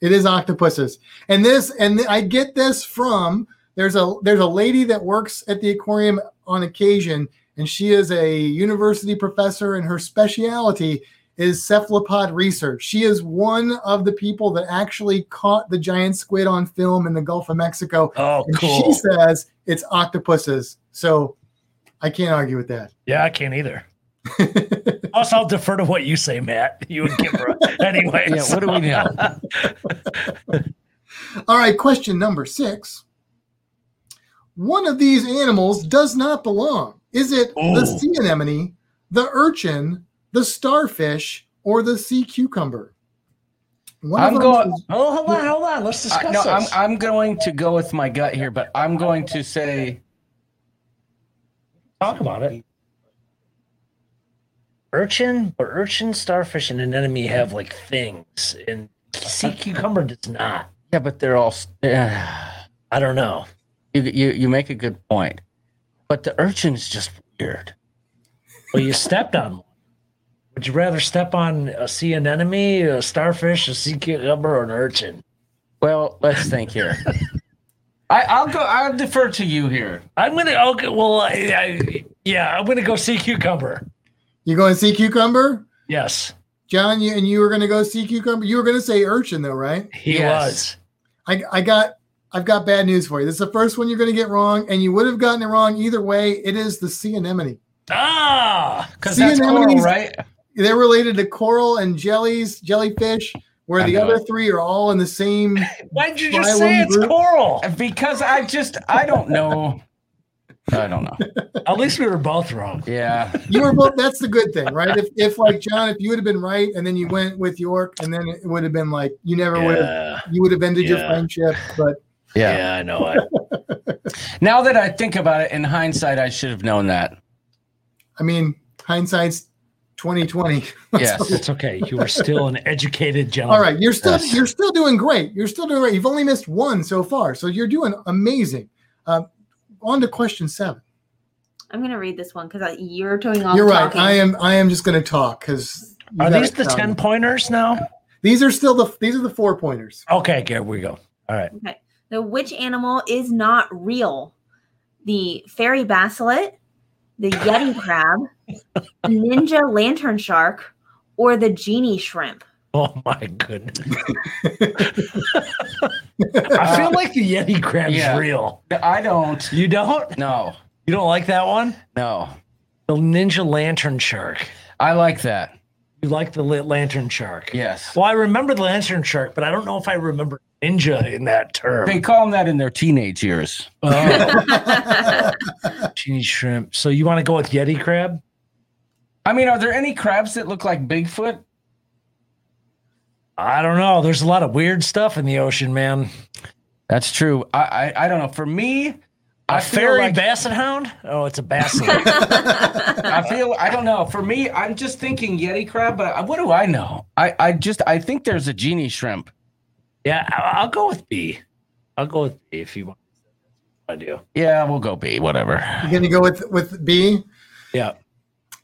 S1: It is octopuses. And this and I get this from there's a there's a lady that works at the aquarium on occasion and she is a university professor and her specialty is cephalopod research. She is one of the people that actually caught the giant squid on film in the Gulf of Mexico.
S3: Oh,
S1: And she
S3: cool.
S1: says it's octopuses. So I can't argue with that.
S3: Yeah, I can't either. also, I'll defer to what you say, Matt. You and Kimbra. anyway.
S4: Yeah, what do we know?
S1: All right, question number six. One of these animals does not belong. Is it the
S3: Ooh.
S1: sea anemone, the urchin, the starfish, or the sea cucumber? One of
S4: I'm
S1: them-
S4: going.
S5: Oh, hold on, hold on. Let's discuss
S4: I, Uh, no, I'm
S5: this.
S4: I'm going to go with my gut here, but I'm going to say
S3: Talk about it. Urchin, but urchin, starfish, and anemone have like things, and sea cucumber does not.
S4: yeah, but they're all. s- Yeah.
S3: I don't know.
S4: You you you make a good point, but the urchin is just weird.
S3: Well, you stepped on one. Would you rather step on uh, a sea anemone, a starfish, a sea cucumber, or an urchin?
S4: Well, let's think here. I I'll go. I'll defer to you here.
S3: I'm gonna. Okay, well, I, I, yeah, I'm gonna go sea cucumber.
S1: You going sea cucumber?
S3: Yes,
S1: John, you, and you were going to go sea cucumber? You were going to say urchin though, right?
S3: he
S4: Yes.
S1: I, I got I've got bad news for you. This is the first one you're going to get wrong and you would have gotten it wrong either way. It is the sea anemone.
S3: was. Ah,
S4: Because
S1: Sea
S4: that's coral,
S1: anemones-
S4: right?
S1: they're related to coral and jellies, jellyfish, where
S4: I
S1: the
S4: know
S1: other
S4: it.
S1: three are all in the same.
S3: why'd you just
S1: Phylum
S3: say it's
S1: group.
S3: coral?
S4: Because I just I don't know. I don't know.
S3: At least we were both wrong.
S4: Yeah.
S1: You were both. That's the good thing, right? If, if like John, if you would have been right, and then you went with York, and then it would have been like you never would have.
S3: Yeah,
S1: You would have ended your
S3: Yeah.
S1: friendship, but
S3: yeah, I know. it.
S4: Now that I think about it, in hindsight, I should have known that.
S1: I mean, hindsight's twenty twenty.
S4: Yes.
S3: It's okay. You were still an educated gentleman.
S1: All right, you're still
S4: Yes.
S1: you're still doing great. You're still doing great. You've only missed one so far, so you're doing amazing. Uh, on to question seven.
S2: I'm going to read this one because you're towing off.
S1: you're right.
S2: talking.
S1: I uh, am. I am just going to talk because
S3: Are these the ten pointers now?
S1: These are still the these are the four pointers.
S3: Okay, here we go. All right.
S2: So, which animal is not real? The fairy basilet, the yeti crab, the ninja lantern shark, or the genie shrimp?
S3: Oh my goodness. I feel like the Yeti crab's
S4: Yeah.
S3: real.
S4: I don't.
S3: You don't?
S4: No.
S3: You don't like that one?
S4: No.
S3: The Ninja Lantern Shark.
S4: I like that.
S3: You like the lit Lantern Shark?
S4: Yes.
S3: Well, I remember the Lantern Shark, but I don't know if I remember Ninja in that
S4: They
S3: term.
S4: call them that in their teenage years.
S3: Oh,
S2: I
S3: genie shrimp. So you want to go with Yeti crab?
S4: I mean, are there any crabs that look like Bigfoot?
S3: I don't know. There's a lot of weird stuff in the ocean, man.
S4: That's true. I I, I don't know. For me,
S3: A
S4: I feel
S3: fairy
S4: like,
S3: basset hound? Oh, it's a basset.
S4: I feel I don't know. For me, I'm just thinking yeti crab, but I, what do I know? I I just I think there's a genie shrimp.
S3: yeah, I- I'll go with B. I'll go with B if you want. I do.
S4: Yeah, we'll go B. Whatever.
S1: You're going to go with with B.
S3: Yeah.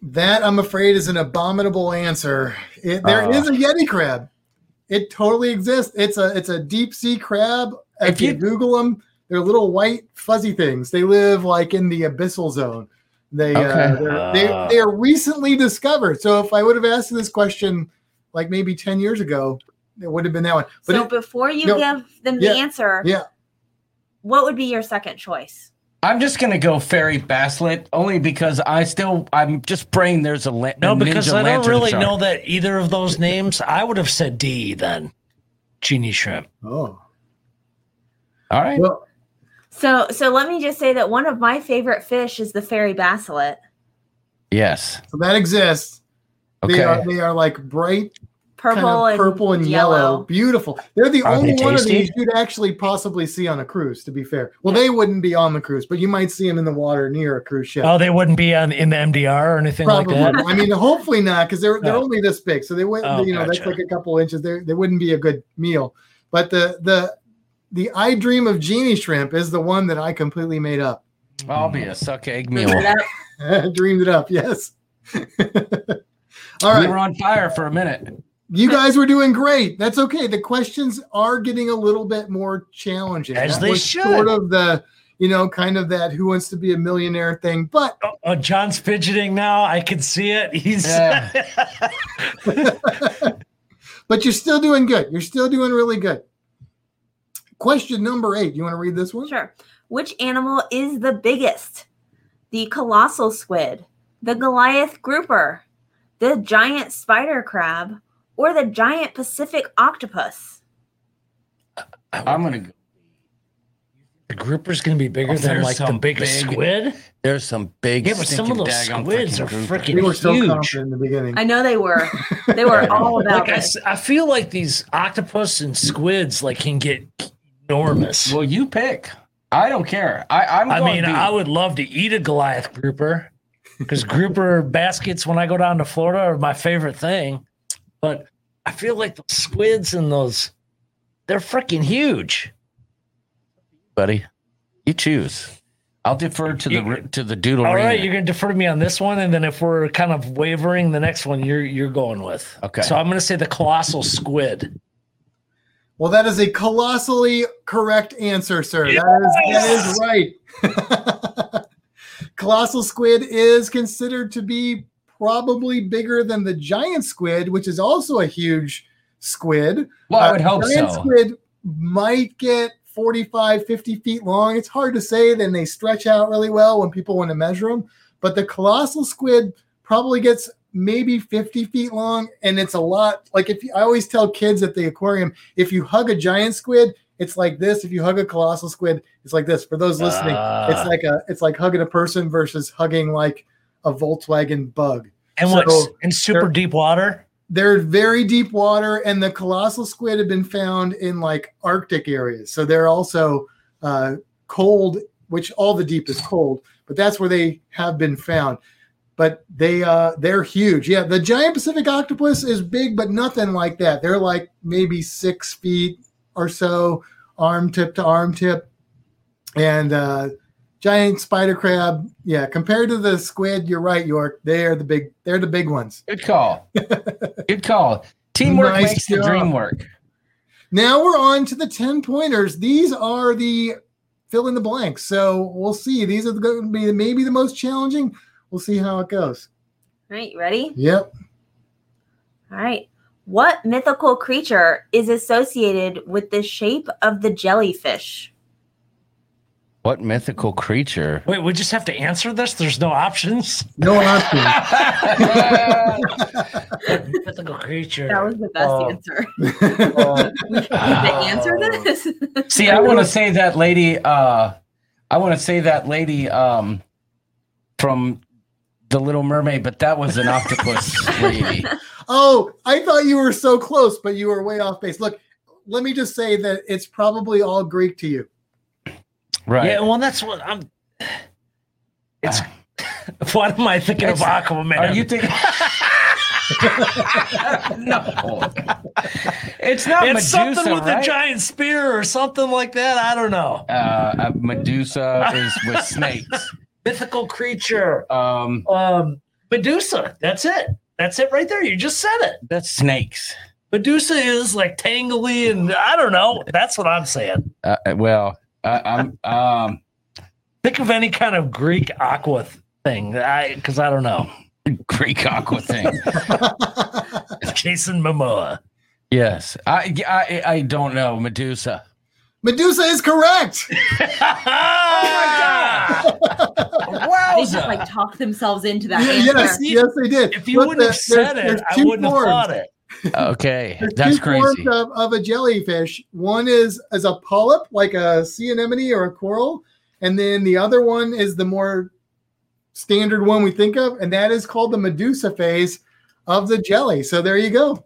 S1: That I'm afraid is an abominable answer. It, there
S4: Uh.
S1: is a yeti crab. It totally exists. It's a it's a deep sea crab. If,
S4: If
S1: you,
S4: you-
S1: Google them, they're little white fuzzy things. They live like in the abyssal zone. They uh,
S4: Okay.
S1: they're, they they are recently discovered. So if I would have asked you this question like maybe ten years ago, it would have been that one. But
S2: so,
S1: it-
S2: before you
S1: no.
S2: give them
S1: Yeah.
S2: the answer,
S1: Yeah.
S2: what would be your second choice?
S4: I'm just gonna go fairy baslet only because I still I'm just praying there's a lan-
S3: No,
S4: a
S3: because
S4: ninja
S3: I don't
S4: lantern
S3: really
S4: shark.
S3: know that either of those names. I would have said D then. Genie shrimp.
S1: oh
S4: All right,
S1: well,
S2: So, so let me just say that one of my favorite fish is the fairy basilet.
S4: Yes.
S1: So that exists. They
S4: Okay.
S1: are they are like bright
S2: Purple,
S1: kind of purple and, yellow. Beautiful. They're the
S4: Are
S1: only
S4: they
S1: one of
S4: tasty?
S1: these you'd actually possibly see on a cruise, to be fair. Well, they wouldn't be on the cruise, but you might see them in the water near a cruise ship.
S3: Oh, they wouldn't be on in the MDR or anything
S1: Probably.
S3: like that.
S1: I mean, hopefully not, because they're they're
S3: Oh.
S1: only this big, so they wouldn't.
S3: Oh,
S1: you know, that's
S3: gotcha.
S1: like a couple inches. They they wouldn't be a good meal. But the the the I dream of genie shrimp is the one that I completely made up.
S4: I'll be a suck egg meal.
S2: Remember that?
S1: Dreamed it up. Yes. All
S4: We
S1: right.
S4: were on fire for a minute.
S1: You guys were doing great. That's okay. The questions are getting a little bit more challenging.
S3: As
S1: That
S3: they
S1: was
S3: should.
S1: Sort of the, you know, kind of that who wants to be a millionaire thing. But
S3: Oh, oh, John's fidgeting now. I can see it. He's
S4: Yeah.
S1: but you're still doing good. You're still doing really good. Question number eight. You want to read this one?
S2: Sure. Which animal is the biggest? The colossal squid, the Goliath grouper, the giant spider crab, or the giant Pacific octopus?
S4: I'm gonna. go.
S3: the grouper's gonna be bigger
S4: Oh,
S3: than
S4: there's
S3: like the
S4: some
S3: biggest
S4: big-
S3: squid.
S4: There's some big.
S3: Yeah, but some of
S4: stinking
S3: those
S4: daggone
S3: squids
S4: fucking
S3: are
S4: groupers.
S3: freaking-
S1: We were so
S3: Huge.
S1: confident in the beginning.
S2: I know they were. They were all about
S3: Like I,
S2: this.
S3: s- I feel like these octopus and squids like can get enormous.
S4: Well, you pick. I don't care. I, I'm.
S3: I
S4: going
S3: mean,
S4: to-
S3: I would love to eat a Goliath grouper because grouper baskets when I go down to Florida are my favorite thing. But I feel like the squids and those, they're freaking huge.
S4: buddy. You choose. I'll defer to the
S3: You-
S4: ri- to the doodle.
S3: All right,
S4: ringer.
S3: you're gonna defer to me on this one, and then if we're kind of wavering, the next one you're you're going with.
S4: Okay.
S3: So I'm gonna say the colossal squid.
S1: Well, that is a colossally correct answer, sir. That, is, that is right. Colossal squid is considered to be probably bigger than the giant squid, which is also a huge squid.
S4: well, I would
S1: Uh,
S4: hope
S1: giant
S4: so.
S1: squid might get 45, 50 feet long. It's hard to say. Then they stretch out really well when people want to measure them. But the colossal squid probably gets maybe 50 feet long. And it's a lot. Like if you, I always tell kids at the aquarium, if you hug a giant squid, it's like this. If you hug a colossal squid, it's like this. For those listening,
S3: Ah.
S1: it's like a it's like hugging a person versus hugging like a Volkswagen bug
S3: And what's
S1: so
S3: in super
S1: they're-
S3: deep water?
S1: they're very deep water and the colossal squid have been found in like arctic areas so they're also uh, cold which all the deep is cold but that's where they have been found but they uh, they're huge yeah the giant pacific octopus is big but nothing like that they're like maybe six feet or so arm tip to arm tip and uh, giant spider crab yeah compared to the squid you're right york they're the big they're the big ones
S4: Good call. Good call. Teamwork
S1: Nice
S4: makes the
S1: job.
S4: dream work.
S1: Now we're on to the 10 pointers. These are the fill in the blanks. So we'll see. These are going to be maybe the most challenging. We'll see how it goes.
S2: All right, you ready?
S1: Yep.
S2: All right. What mythical creature is associated with the shape of the jellyfish?
S4: What mythical creature?
S3: Wait, we just have to answer this. There's no options.
S1: No option.
S3: Mythical creature.
S2: That was the best
S3: Oh.
S2: answer.
S3: Oh,
S2: The answer this?
S4: See, I want to say that lady. Uh, I want to say that lady um, from the Little Mermaid, but that was an octopus lady.
S1: oh, I thought you were so close, but you were way off base. Look, let me just say that it's probably all Greek to you.
S4: Right.
S3: Yeah, well, that's what I'm. It's. What am I thinking of
S4: It's-
S3: Aquaman?
S4: Are you thinking? no. It's not
S3: it's
S4: Medusa,
S3: something with a
S4: right?
S3: giant spear or something like that. I don't know.
S4: uh, uh, Medusa is with snakes.
S3: Mythical creature.
S4: Um,
S3: Um, Medusa. That's it. That's it right there. You just said it.
S4: that's snakes.
S3: Medusa is like tangly and I don't know. That's what I'm saying.
S4: Uh, uh, well, I, I'm. Um,
S3: Think of any kind of Greek aqua th- thing. I because I don't know.
S4: Greek aqua thing.
S3: Jason Momoa.
S4: Yes, I, I I don't know Medusa.
S1: Medusa is correct.
S3: oh my
S4: Wow,
S2: They just like talk themselves into that
S1: Yeah,
S2: answer.
S1: yes, yes, they did.
S3: If you
S1: Look,
S3: wouldn't have
S1: the- there's-
S3: said
S1: there's
S3: it, I
S1: two
S3: wouldn't have
S1: forms.
S3: thought it.
S4: Okay,
S1: There's
S4: that's
S1: two forms
S4: crazy.
S1: of, of a jellyfish. One is is a polyp, like a sea anemone or a coral, and then the other one is the more standard one we think of, and that is called the Medusa phase of the jelly. So there you go.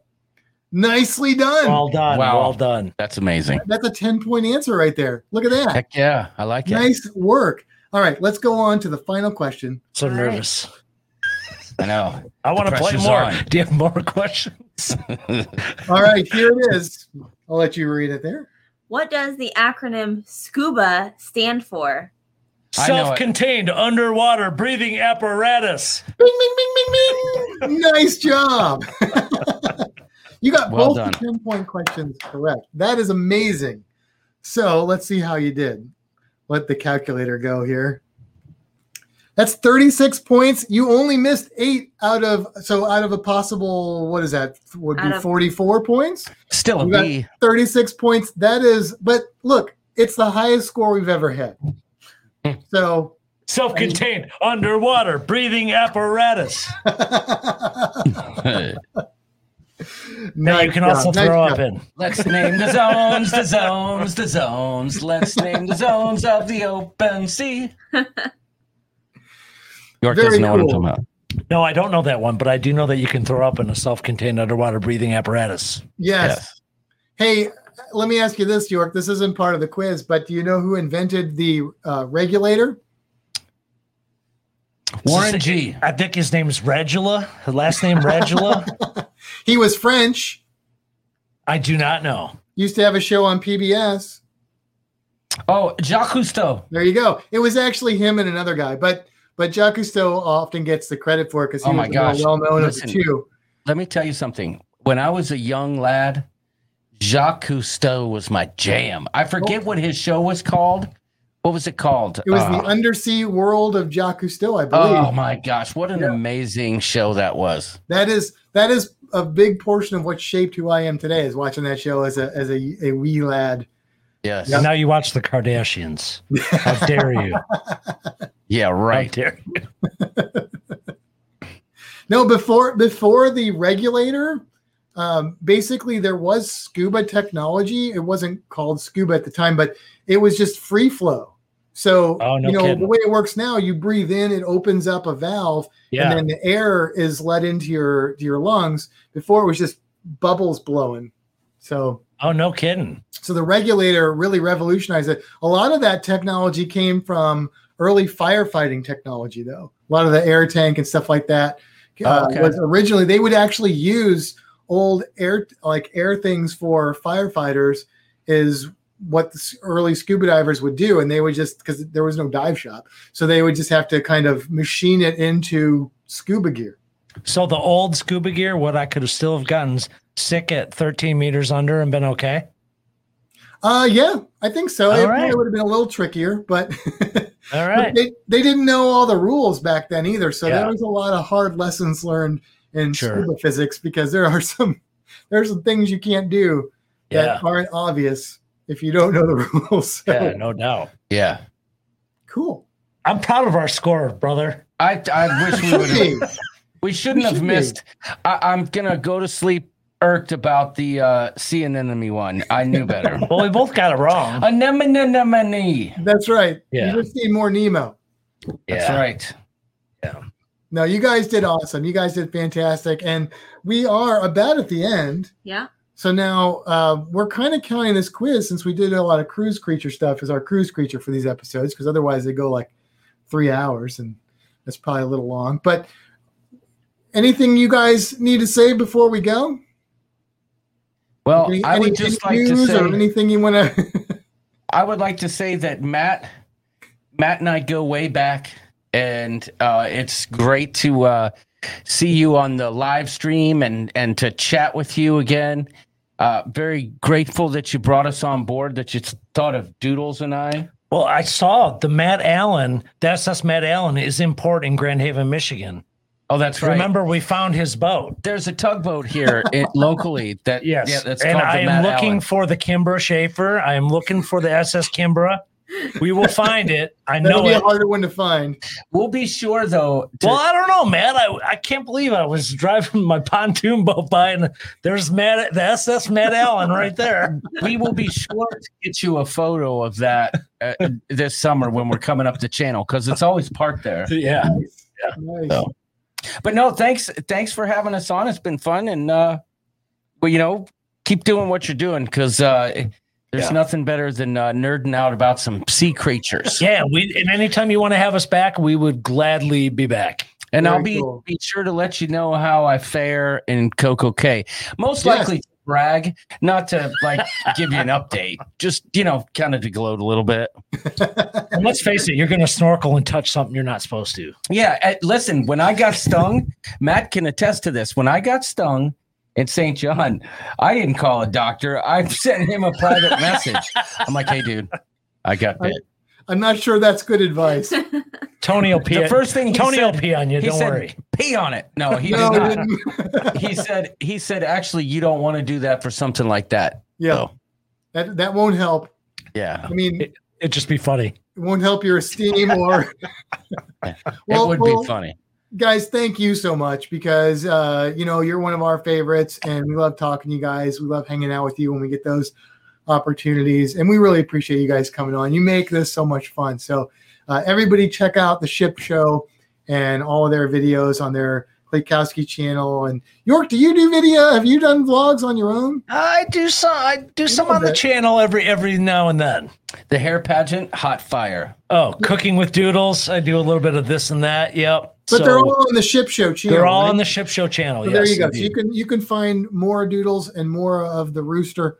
S1: Nicely done.
S3: Well done.
S4: Wow.
S3: Well done.
S4: That's amazing.
S1: That's a 10 point answer right there. Look at that.
S4: Heck yeah, I like it.
S1: Nice work. All right, let's go on to the final question.
S3: So
S2: All right.
S3: nervous.
S4: I know.
S3: I want to play
S4: pressure's
S3: more.
S4: on.
S3: Do you have more questions?
S1: All right, here it is. I'll let you read it there.
S2: What does the acronym SCUBA stand for?
S4: I know it.
S3: Self-contained underwater breathing apparatus.
S1: Bing, bing, bing, bing, bing. nice job. you got
S4: Well
S1: both
S4: done.
S1: the 10 point questions correct. That is amazing. So let's see how you did. Let the calculator go here. That's 36 points. You only missed eight out of, so out of a possible, what is that? Would
S2: Out
S1: be
S2: of-
S1: 44 points?
S4: Still a
S1: You got-
S4: B.
S1: 36 points. That is, but look, it's the highest score we've ever had.
S3: Hmm.
S1: So
S3: Self-contained underwater breathing apparatus. Now you can also
S1: Nice
S3: throw
S1: job.
S3: up in.
S4: Let's name the zones, the zones, the zones. Let's name the zones of the open sea. York
S1: Very
S4: doesn't know
S1: cool.
S4: what I'm talking about.
S3: No, I don't know that one, but I do know that you can throw up in a self-contained underwater breathing apparatus.
S1: Yes. Hey, let me ask you this, York. This isn't part of the quiz, but do you know who invented the uh, regulator?
S4: Warren G.
S3: I think his name's Regula. His last name Regula.
S1: He was French.
S3: I do not know.
S1: Used to have a show on PBS.
S4: Oh, Jacques Cousteau.
S1: There you go. It was actually him and another guy, but but Jacques Cousteau often gets the credit for it because he
S4: Oh
S1: was
S4: my
S1: the more
S4: gosh.
S1: well-known
S4: Listen.
S1: of the two.
S4: Let me tell you something. When I was a young lad, Jacques Cousteau was my jam. I forget what his show was called. What was it called?
S1: Oh. It was
S4: Uh,
S1: the undersea world of Jacques Cousteau, I believe.
S4: Oh my gosh, what an amazing show that was.
S1: that is that is a big portion of what shaped who I am today. Is watching that show as a as a, a wee lad.
S4: Yes.
S3: And now you watch the Kardashians. How dare you?
S4: Yeah,
S3: How
S4: right.
S3: dare you?
S1: No, before before the regulator, um, basically there was scuba technology. It wasn't called scuba at the time, but it was just free flow. So
S3: Oh, no
S1: you know
S3: kidding.
S1: the way it works now, you breathe in, it opens up a valve,
S3: Yeah.
S1: and then the air is let into your to your lungs. Before it was just bubbles blowing. So
S3: Oh, no kidding.
S1: so the regulator really revolutionized it. A lot of that technology came from early firefighting technology, though. A lot of the air tank and stuff like that uh,
S4: Oh, okay.
S1: was originally they would actually use old air like air things for firefighters is what the s- early scuba divers would do, and they would just because there was no dive shop, so they would just have to kind of machine it into scuba gear.
S3: So the old scuba gear, what I could have still have gotten sick at 13 meters under and been okay.
S1: Uh, yeah, I think so.
S3: All
S1: it
S3: right.
S1: probably would have been a little trickier, but.
S3: All
S1: But
S3: right.
S1: They, they didn't know all the rules back then either. So
S3: Yeah.
S1: there was a lot of hard lessons learned in
S3: Sure.
S1: scuba physics because there are some there's some things you can't do that
S3: Yeah.
S1: aren't obvious if you don't know the rules. So,
S3: Yeah, no doubt.
S4: Yeah.
S1: Cool.
S3: I'm proud of our score, brother.
S4: I I wish we would have
S1: Hey,
S4: We shouldn't
S1: We
S4: have
S1: should be.
S4: missed. I, I'm gonna go to sleep irked about the uh, sea anemone one. I knew better.
S3: Well, we both got it wrong.
S4: anemone, anemone.
S1: That's right.
S3: Yeah.
S1: You just need more Nemo.
S4: That's
S3: Yeah.
S4: right.
S1: No, you guys did awesome. You guys did fantastic. And we are about at the end.
S2: Yeah.
S1: So now uh, we're kind of counting this quiz since we did a lot of cruise creature stuff as our cruise creature for these episodes because otherwise they go like three hours and that's probably a little long. But anything you guys need to say before we go?
S4: Well,
S1: Any-
S4: I would
S1: any
S4: just
S1: big
S4: like to
S1: news or
S4: say,
S1: anything you want to.
S4: I would like to say that Matt, Matt and I go way back, and uh, it's great to uh, see you on the live stream and and to chat with you again. Uh, very grateful that you brought us on board. That you thought of Doodles and I.
S3: Well, I saw the Matt Allen, the SS Matt Allen is in port in Grand Haven, Michigan.
S4: Oh, that's right.
S3: Remember, we found his boat.
S4: there's a tugboat here in, locally that
S3: Yes.
S4: yeah, that's
S3: and
S4: called
S3: I
S4: the
S3: am
S4: Matt
S3: looking
S4: Allen.
S3: for the Kimbra Schaefer. I am looking for the SS Kimbra. We will find it. I
S1: That'll
S3: know
S1: be a
S3: it.
S1: harder one to find.
S4: We'll be sure though. to-
S3: Well, I don't know, Matt. I, I can't believe I was driving my pontoon boat by and there's Matt, the SS Matt Allen right there.
S4: we will be sure to get you a photo of that uh, this summer when we're coming up the channel because it's always parked there.
S3: Yeah.
S1: Nice.
S4: So. But no, thanks, thanks for having us on. It's been fun, and uh, well, you know, keep doing what you're doing because uh, there's
S3: Yeah.
S4: nothing better than uh, nerding out about some sea creatures.
S3: Yeah, we and anytime you want to have us back, we would gladly be back.
S4: And I'll
S1: Very
S4: be
S1: cool.
S4: be sure to let you know how I fare in Coco K. Most
S1: Yes.
S4: likely to brag, not to like give you an update. Just you know, kind of to gloat a little bit.
S3: And let's face it, you're going to snorkel and touch something you're not supposed to.
S4: Yeah, uh, listen. When I got stung, Matt can attest to this. When I got stung in St. John, I didn't call a doctor. I sent him a private message. I'm like, hey, dude, I got bit.
S1: I'm not sure that's good advice.
S3: Tony will pee.
S4: The first thing he
S3: Tony will
S4: said,
S3: pee on you.
S4: he
S3: Don't
S4: said,
S3: worry.
S4: pee on it. No, he
S1: No,
S4: did not.
S1: it didn't.
S4: he said he said actually you don't want to do that for something like that
S1: yeah,
S4: So,
S1: that that won't help.
S4: yeah
S1: I mean, it
S3: It'd just be funny.
S1: won't help your esteem or.
S4: it would
S1: well,
S4: be funny
S1: guys thank you so much because uh you know you're one of our favorites and we love talking to you guys we love hanging out with you when we get those opportunities and we really appreciate you guys coming on you make this so much fun so uh, everybody check out the ship show and all of their videos on their Klikowski channel and York, do you do video? Have you done vlogs on your own?
S3: I do some. I do some on the
S1: bit.
S3: channel every every now and then.
S4: the hair pageant hot fire
S3: Oh, cooking with doodles. I do a little bit of this and that. Yep.
S1: But
S3: so
S1: they're all on the ship show channel.
S3: they're all
S1: right?
S3: on the ship show channel.
S1: So
S3: yes,
S1: there you go. So
S3: indeed.
S1: you can you can find more doodles and more of the rooster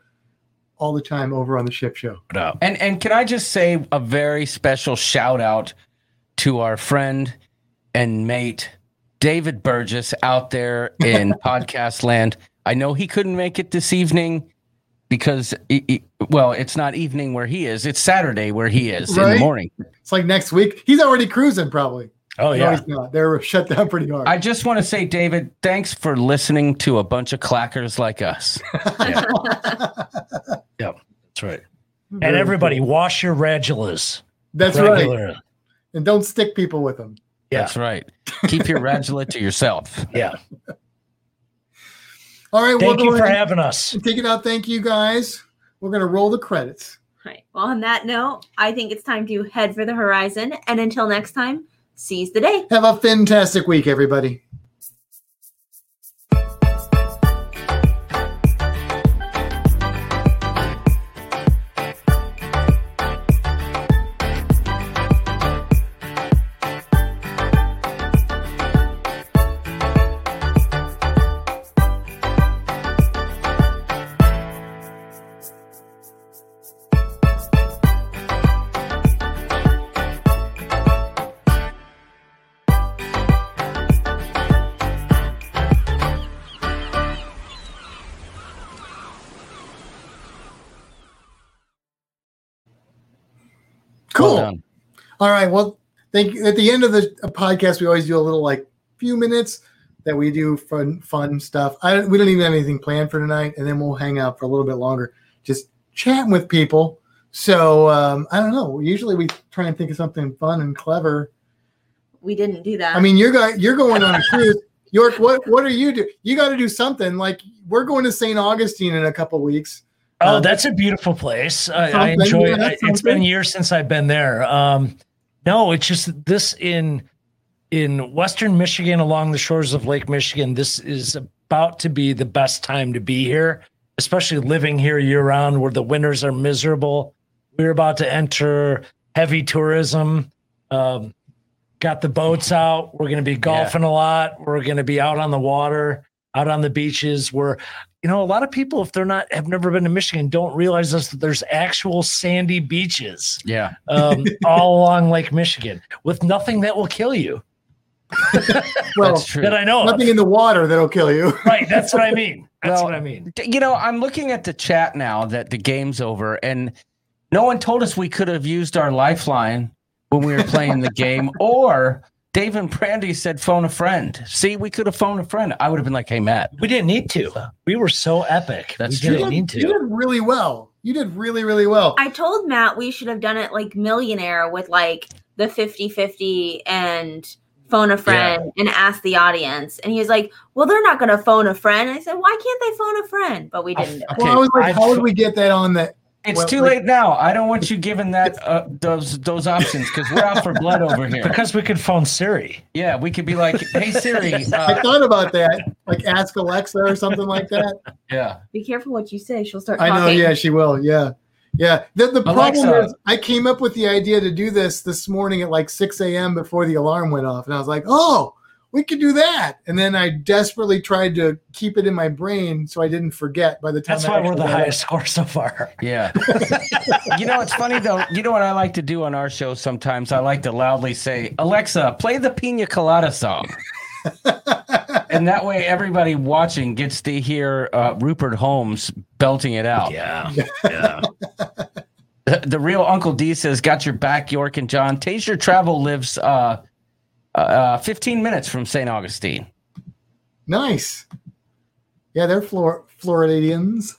S1: all the time over on the ship show.
S3: No.
S4: and and can i just say a very special shout out to our friend and mate david burgess out there in podcast land i know he couldn't make it this evening because he- he- well it's not evening where he is it's saturday where he is in the
S1: Right.
S4: morning
S1: It's like next week. He's already cruising, probably.
S3: Oh
S1: No,
S3: yeah.
S1: he's not. They're shut down pretty hard.
S4: i just want to say david thanks for listening to a bunch of clackers like us
S3: That's right.
S1: Very
S3: And everybody, wash your radulas.
S1: cool. That's right.
S3: regularly.
S1: And don't stick people with them.
S3: Yeah.
S4: That's right. Keep your radula to yourself.
S3: Yeah.
S1: All right.
S3: Thank
S1: we'll uh,
S3: you
S1: go
S3: for
S1: ahead
S3: having us.
S1: and take it out. Thank you guys. We're gonna roll the credits.
S2: Right. Well, on that note, I think it's time to head for the horizon. And until next time, seize the day.
S1: Have a fantastic week, everybody. Cool.
S4: Well done.
S1: All right. Well, thank you. At the end of the uh, podcast, we always do a little like few minutes that we do fun fun stuff. I don't, we don't even have anything planned for tonight, and then we'll hang out for a little bit longer, just chatting with people. So um, I don't know. Usually we try and think of something fun and clever.
S2: We didn't do that.
S1: I mean, you're going you're going on a cruise, York. What what are you do? You got to do something. Like we're going to St. Augustine in a couple weeks.
S3: Oh,
S1: Um,
S3: that's a beautiful place. I, I
S1: something,
S3: enjoy
S1: yeah,
S3: it. I, it's
S1: something.
S3: been years since I've been there. Um, no, it's just this in in Western Michigan along the shores of Lake Michigan. This is about to be the best time to be here, especially living here year round, where the winters are miserable. We're about to enter heavy tourism. Um, got the boats out. We're going to be golfing a lot. We're going to be out on the water, out on the beaches. We're you know, a lot of people, if they're not have never been to Michigan, don't realize this that there's actual sandy beaches
S4: Yeah.
S3: um, all along Lake Michigan with nothing that will kill you
S1: Well,
S4: that's true.
S3: that I know of.
S1: nothing in the water that'll kill you.
S3: Right, that's what I mean. That's
S4: Well,
S3: what I mean.
S4: D- you know, I'm looking at the chat now that the game's over and no one told us we could have used our lifeline when we were playing the game or Dave and Brandy said phone a friend. See, we could have phoned a friend. I would have been like, "Hey Matt,
S3: We didn't need to. We were so epic.
S4: That's
S3: we
S4: true.
S3: didn't need
S1: You
S3: to.
S1: did really well. You did really really well.
S2: I told Matt we should have done it like millionaire with like the 50 50 and phone a friend and ask the audience. And he was like, Well, they're not going to phone a friend. And I said, Why can't they phone a friend? But we didn't. do it.
S4: Okay,
S1: well, I was like,
S3: I-
S1: how would we get that on the
S4: It's
S1: Well,
S4: too
S1: like-
S4: late now. I don't want you giving that uh, those those options because we're out for blood over here.
S3: Because we could phone Siri.
S4: Yeah, we could be like, "Hey Siri,
S1: I
S4: uh,
S1: thought about that, like ask Alexa or something like that.
S4: yeah,
S2: Be careful what you say. She'll start
S1: I
S2: talking.
S1: know, yeah, she will. Yeah. Yeah. The, the problem
S4: Alexa.
S1: is, I came up with the idea to do this this morning at like 6 a.m. before the alarm went off. And I was like, oh, we could do that. And then I desperately tried to keep it in my brain so I didn't forget by the time
S3: That's
S1: I
S3: why we're the
S1: actually-
S3: highest score so far.
S4: yeah." you know, it's funny though. You know what I like to do on our show sometimes? I like to loudly say, "Alexa, play the Pina Colada song," and that way everybody watching gets to hear uh, Rupert Holmes belting it out.
S3: Yeah. Yeah.
S4: The, the real Uncle D says, "Got your back, York and John." Taser Travel lives uh, uh, 15 minutes from St. Augustine.
S1: Nice. Yeah, they're Flor- Floridians.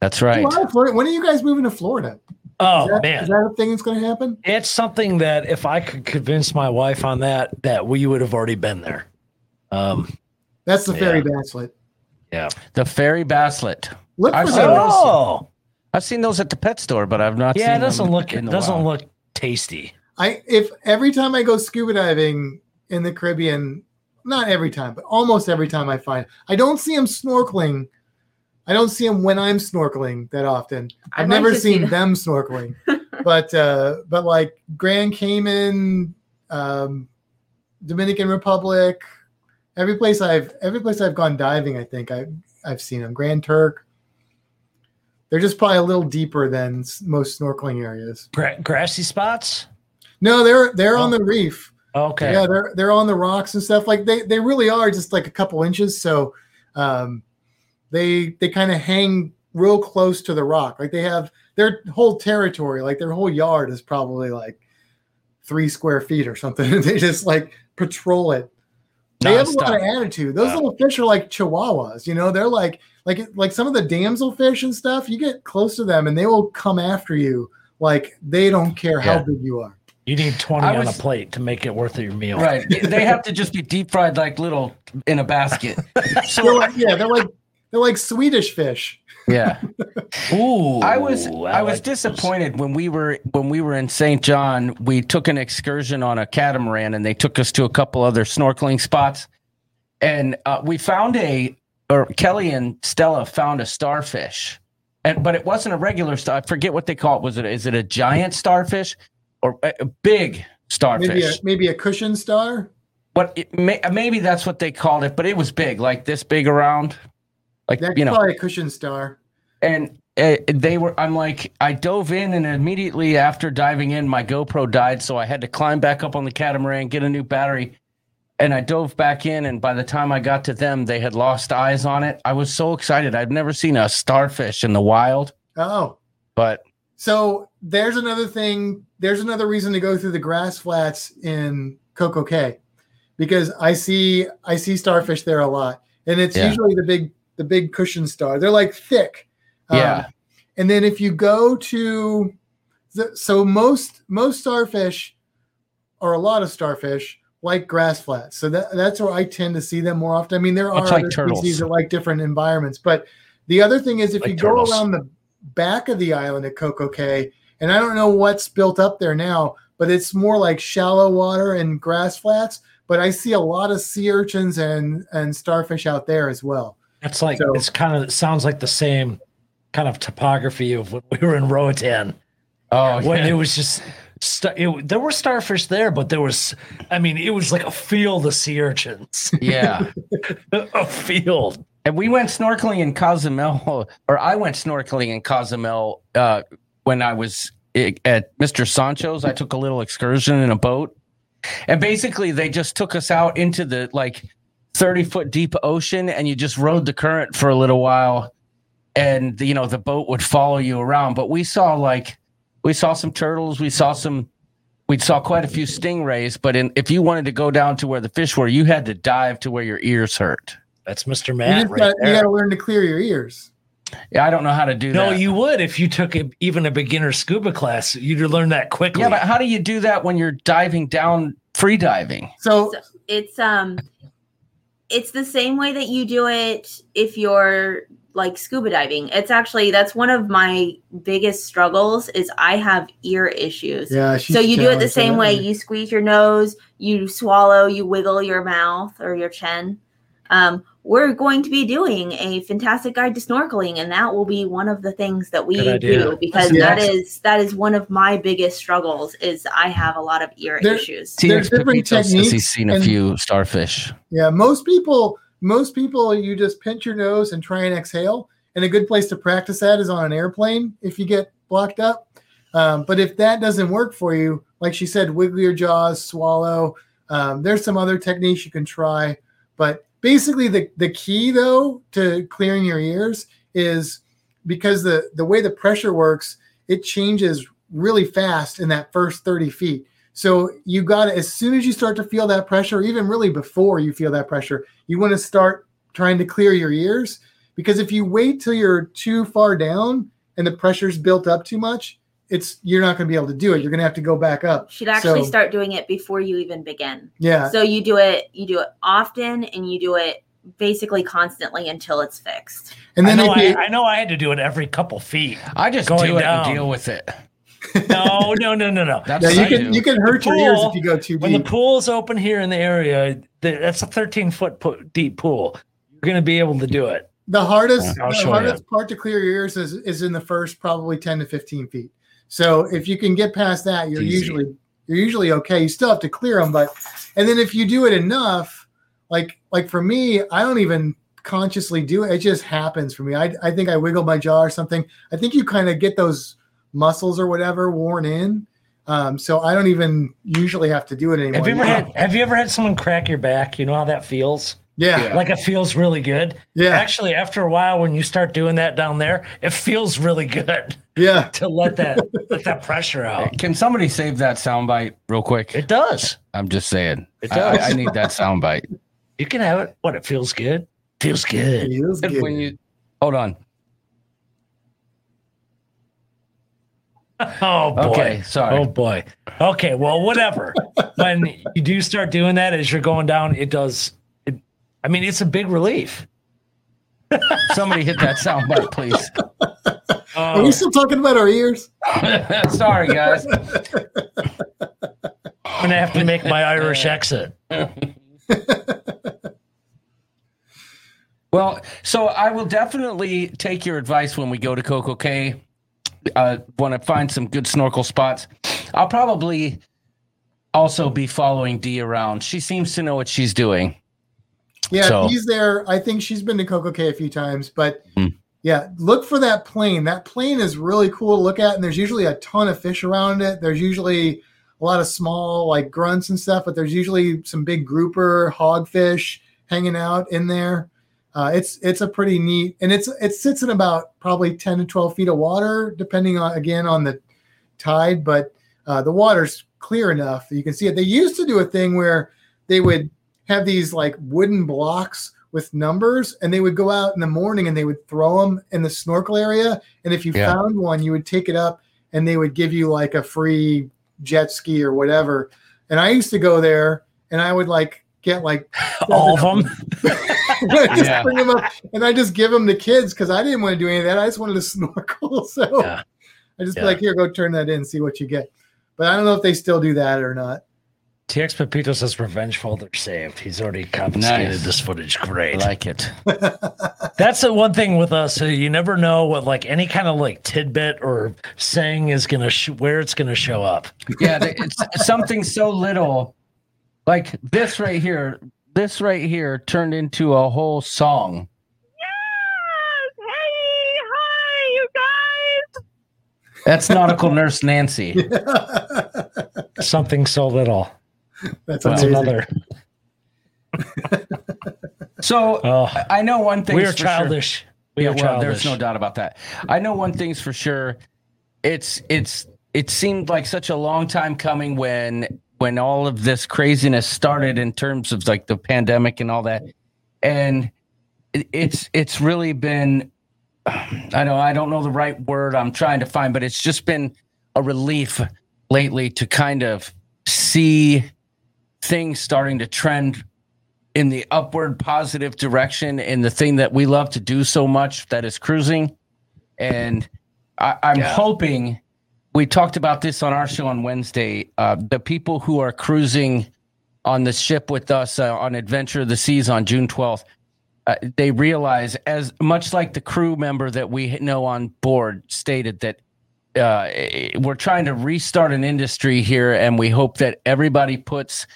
S4: That's right.
S1: A lot of Flor- when are you guys moving to Florida?
S3: Oh
S1: Is that,
S3: man.
S1: is that a thing that's going to happen?
S3: it's something that if I could convince my wife on that, that we would have already been there. Um,
S1: That's the fairy
S3: Yeah.
S1: basslet.
S3: yeah.
S4: The Fairy Basslet.
S1: Look
S4: I've
S1: for
S4: seen
S1: those.
S4: those.
S3: Oh,
S4: I've seen those at the pet store, but I've not.
S3: yeah.
S4: seen
S3: It doesn't
S4: them
S3: look.
S4: in
S3: It
S4: the
S3: doesn't
S4: wild.
S3: look tasty.
S1: I if every time I go scuba diving in the Caribbean, not every time, but almost every time I find I don't see them snorkeling. I don't see them when I'm snorkeling that often.
S2: I'd
S1: I've
S2: like
S1: never
S2: to see
S1: seen
S2: that.
S1: them snorkeling, but uh, but like Grand Cayman, um, Dominican Republic, every place I've every place I've gone diving, I think I I've seen them. Grand Turk. They're just probably a little deeper than s- most snorkeling areas.
S3: Gra- grassy spots.
S1: No, they're they're
S4: Oh.
S1: on the reef.
S3: Okay.
S1: Yeah, they're they're on the rocks and stuff. Like they they really are just like a couple inches. So um they they kind of hang real close to the rock. Like they have their whole territory, like their whole yard is probably like three square feet or something. they just like patrol it. They have a lot of
S4: Nonstop.
S1: attitude. Those little fish are like chihuahuas, you know. They're like like like some of the damselfish and stuff. You get close to them and they will come after you. Like they don't care
S4: Yeah.
S1: how big you are.
S3: You need twenty
S4: I
S3: on a
S4: was-
S3: plate to make it worth your meal.
S4: Right. they have to just be deep fried like little in a basket.
S1: they're like, yeah, they're like they're like Swedish fish.
S4: Yeah.
S3: Ooh.
S4: I was I was
S3: like those.
S4: disappointed when we were when we were in St. John. We took an excursion on a catamaran, and they took us to a couple other snorkeling spots, and uh, we found a or Kelly and Stella found a starfish, and but it wasn't a regular star. I forget what they call it. Was it is it a giant starfish or a, a big starfish?
S1: Maybe a, maybe a cushion star.
S4: But it may, maybe that's what they called it. But it was big, like this big around, like
S1: That's
S4: you know.
S1: probably a cushion star.
S4: and uh, they were i'm like i dove in and immediately after diving in my gopro died so i had to climb back up on the catamaran get a new battery and i dove back in and by the time i got to them they had lost eyes on it i was so excited i've never seen a starfish in the wild
S1: Oh,
S4: but
S1: so there's another thing. There's another reason to go through the grass flats in Coco Cay, because I see I see starfish there a lot, and it's
S4: Yeah.
S1: usually the big the big cushion star. They're like thick. um,
S4: Yeah.
S1: And then if you go to the, so most most starfish or a lot of starfish like grass flats. So that, that's where I tend to see them more often. I mean, there are
S4: Much like
S1: other
S4: turtles.
S1: species that like different environments, but the other thing is if
S3: Like
S1: you
S3: turtles.
S1: go around the back of the island at Coco Cay, and I don't know what's built up there now, but it's more like shallow water and grass flats. But I see a lot of sea urchins and and starfish out there as well.
S3: It's like
S1: So-
S3: it's kind of it sounds like the same kind of topography of when we were in Roatan.
S4: oh
S3: When
S4: yeah.
S3: it was just sta- it, there were starfish there, but there was I mean it was like a field of sea urchins,
S4: yeah
S3: a field.
S4: and we went snorkeling in cozumel or i went snorkeling in cozumel uh, when i was i- at mr sancho's i took a little excursion in a boat and basically they just took us out into the like 30 foot deep ocean and you just rode the current for a little while and you know the boat would follow you around but we saw like we saw some turtles we saw some we saw quite a few stingrays but in, if you wanted to go down to where the fish were you had to dive to where your ears hurt
S3: That's Mr.
S1: You
S3: Matt
S1: just
S3: right
S1: gotta, you
S3: there.
S1: gotta learn to clear your ears.
S4: yeah i don't know how to do
S3: No,
S4: that
S3: you would if you took a, even a beginner scuba class. You'd learn that quickly.
S4: Yeah, but how do you do that when you're diving down free diving?
S1: So
S2: it's um it's the same way that you do it if you're like scuba diving. It's actually that's one of my biggest struggles is I have ear issues.
S1: Yeah. she's
S2: so you do it the
S1: challenged
S2: same
S1: with
S2: way.
S1: that.
S2: You squeeze your nose, you swallow, you wiggle your mouth or your chin. Um, we're going to be doing a fantastic guide to snorkeling, and that will be one of the things that we
S3: Good idea.
S2: do because
S1: That's
S2: that
S1: awesome.
S2: is that is one of my biggest struggles. Is I have a lot of ear
S1: There-
S2: issues.
S4: TX
S1: different
S4: Pepito says
S1: techniques
S4: he's seen a
S1: and-
S4: few starfish.
S1: Yeah, most people, most people, you just pinch your nose and try and exhale. And a good place to practice that is on an airplane if you get blocked up. Um, but if that doesn't work for you, like she said, wiggle your jaws, swallow. Um, there's some other techniques you can try. But basically, the the key though to clearing your ears is because the the way the pressure works, it changes really fast in that first 30 feet. So you got to, as soon as you start to feel that pressure, even really before you feel that pressure, you want to start trying to clear your ears because if you wait till you're too far down and the pressure's built up too much, it's you're not going to be able to do it. You're going to have to go back up.
S2: Should actually
S1: So-
S2: start doing it before you even begin.
S1: Yeah,
S2: So you do it, you do it often, and you do it basically constantly until it's fixed.
S1: and then
S3: I know
S1: if
S3: I,
S1: you,
S3: I know I had to do it every couple feet.
S4: I just
S3: Going
S4: do it
S3: down.
S4: and deal with it.
S3: No, no, no, no, no.
S4: That's
S1: yeah,
S4: what
S1: you
S4: I
S1: can
S4: do.
S1: you can hurt
S3: The
S1: your ears if
S3: pool-
S1: you go too
S3: When the
S1: deep.
S3: pool's open here in the area, th- that's a 13 foot po- deep pool. You're going to be able to do it.
S1: The hardest
S3: I'll
S1: the
S3: show
S1: hardest part to clear your ears is is in the first probably 10 to 15 feet. So if you can get past that, you're
S4: Easy.
S1: usually you're usually okay. You still have to clear them, but and then if you do it enough, like like for me, I don't even consciously do it. It just happens for me. I I think I wiggle my jaw or something. I think you kind of get those muscles or whatever worn in. Um, so I don't even usually have to do it anymore.
S3: Have you ever had Have you ever had someone crack your back? You know how that feels.
S1: yeah,
S3: Like it feels really good.
S1: yeah,
S3: Actually, after a while, when you start doing that down there, it feels really good
S1: yeah.
S3: to let that let that pressure out.
S4: Can somebody save that soundbite real quick?
S3: It does.
S4: I'm just saying.
S3: It
S4: I- I,
S3: does.
S4: I need that soundbite.
S3: You can have it. What it feels good. Feels good.
S1: Feels good.
S4: When you hold on.
S3: Oh boy.
S4: Okay, sorry.
S3: Oh boy. Okay. Well, whatever. when you do start doing that as you're going down, it does. It, I mean, it's a big relief.
S4: Somebody hit that soundbite, please.
S1: Are
S3: Oh.
S1: we still talking about our ears?
S4: Sorry, guys.
S3: Oh, I'm gonna have to make my Irish exit.
S4: Well, so I will definitely take your advice when we go to Coco Cay. Uh, when I find some good snorkel spots, I'll probably also be following Dee around. She seems to know what she's doing.
S1: Yeah,
S4: So-
S1: he's there. I think she's been to Coco Cay a few times, but
S4: Mm.
S1: yeah, look for that plane. That plane is really cool to look at, and there's usually a ton of fish around it. There's usually a lot of small like grunts and stuff, but there's usually some big grouper hogfish hanging out in there. Uh, it's it's a pretty neat, and it's it sits in about probably ten to twelve feet of water, depending on again on the tide, but uh, the water's clear enough that you can see it. They used to do a thing where they would have these like wooden blocks with numbers and they would go out in the morning and they would throw them in the snorkel area and if you
S4: Yeah.
S1: found one you would take it up and they would give you like a free jet ski or whatever and i used to go there and i would like get like
S3: All of them.
S1: just
S4: Yeah.
S1: bring 'em up and i just give them to kids because i didn't want to do any of that i just wanted to snorkel so
S3: Yeah.
S1: i just
S3: Yeah.
S1: be like here go turn that in see what you get but i don't know if they still do that or not
S3: TX Pepito says revenge folder saved. He's already confiscated
S4: Nice.
S3: this footage.
S4: I
S3: Great.
S4: like it.
S3: That's the one thing with us. uh, You never know what like any kind of like tidbit or saying is gonna sh- where it's gonna show up.
S4: Yeah, they- it's something so little. Like this right here, this right here turned into a whole song.
S2: Hey, hi, you guys.
S4: That's Nautical Nurse Nancy.
S3: Something so little.
S1: that's
S3: That's
S1: amazing.
S3: another.
S4: So
S3: Oh,
S4: I know one thing.
S3: we are
S4: for sure.
S3: childish. We
S4: yeah,
S3: are
S4: well,
S3: childish.
S4: there's no doubt about that. I know one thing's for sure. It's it's it seemed like such a long time coming when when all of this craziness started in terms of like the pandemic and all that, and it- it's it's really been I know I don't know the right word I'm trying to find, but it's just been a relief lately to kind of see things starting to trend in the upward positive direction in the thing that we love to do so much that is cruising. And I, I'm
S3: Yeah.
S4: hoping we talked about this on our show on Wednesday. Uh, the people who are cruising on the ship with us uh, on Adventure of the Seas on June 12th, uh, they realize, as much like the crew member that we know on board stated, that uh, we're trying to restart an industry here, and we hope that everybody puts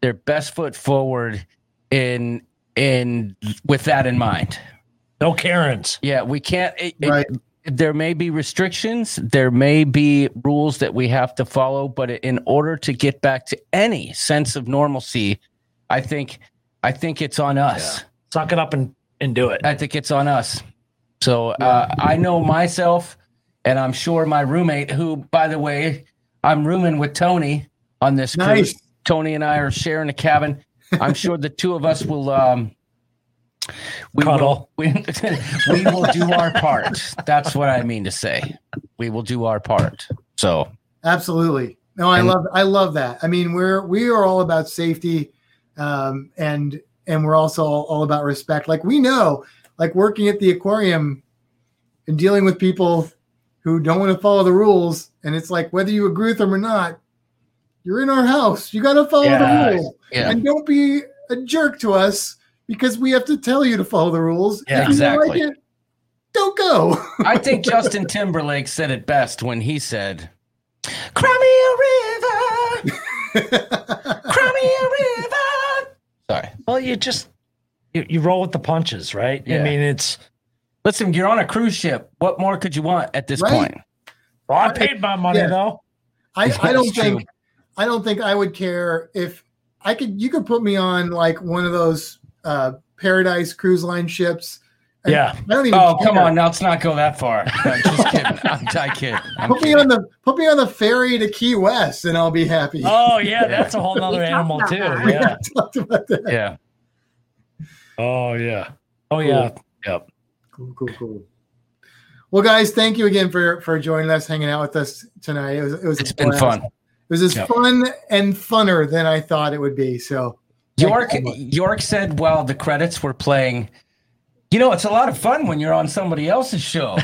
S4: their best foot forward in in with that in mind.
S3: No Karens.
S4: Yeah, we can't. It, it-
S1: Right.
S4: there may be restrictions. There may be rules that we have to follow, but in order to get back to any sense of normalcy, I think, I think it's on us.
S3: Suck it up and, and do it.
S4: I think it's on us. So uh, I know myself, and I'm sure my roommate, who, by the way, I'm rooming with Tony on this
S1: Nice.
S4: cruise. Tony and I are sharing a cabin. I'm sure the two of us will. Um, we
S3: Cuddle.
S4: Will, we, we will do our part. That's what I mean to say. We will do our part. So
S1: Absolutely. No, I
S4: And-
S1: love I love that. I mean, we're we are all about safety, um, and and we're also all, all about respect. Like we know, like working at the aquarium and dealing with people who don't want to follow the rules, and it's like whether you agree with them or not, you're in our house. You got to follow
S3: Yeah.
S1: the rules,
S4: yeah,
S1: and don't be a jerk to us because we have to tell you to follow the rules.
S3: Yeah,
S1: If you don't
S4: exactly.
S1: it, don't go.
S4: I think Justin Timberlake said it best when he said, "Cry me a river, cry me a river." Sorry.
S3: Well, you just you, you roll with the punches, right? I
S4: Yeah.
S3: mean, it's
S4: Listen, you're on a cruise ship. What more could you want at this
S1: Right.
S4: point?
S3: well, oh, I paid my money
S1: Yeah.
S3: though.
S1: I,
S4: Yeah,
S1: I don't
S4: it's true.
S1: think I don't think I would care if I could you could put me on like one of those uh paradise cruise line ships. I-
S3: Yeah.
S1: I don't even
S4: Oh, come
S1: care.
S4: on. Now, let's not go that far. I'm just kidding. I'm, I kid. I'm
S1: Put me
S4: kidding.
S1: on the put me on the ferry to Key West and I'll be happy.
S3: Oh yeah, that's a whole nother
S2: We talked
S3: animal
S2: about
S3: too.
S2: that.
S3: Yeah.
S1: Talked about that.
S4: Yeah.
S3: Oh yeah. Oh yeah. Yep.
S1: Cool, cool, cool. Well, guys, thank you again for for joining us, hanging out with us tonight. It was it was a
S4: It's been
S1: blast.
S4: fun.
S1: It was as
S3: Yep.
S1: fun and funner than I thought it would be. So thank you
S4: York,
S1: so much.
S4: York said while the credits were playing, you know, it's a lot of fun when you're on somebody else's show.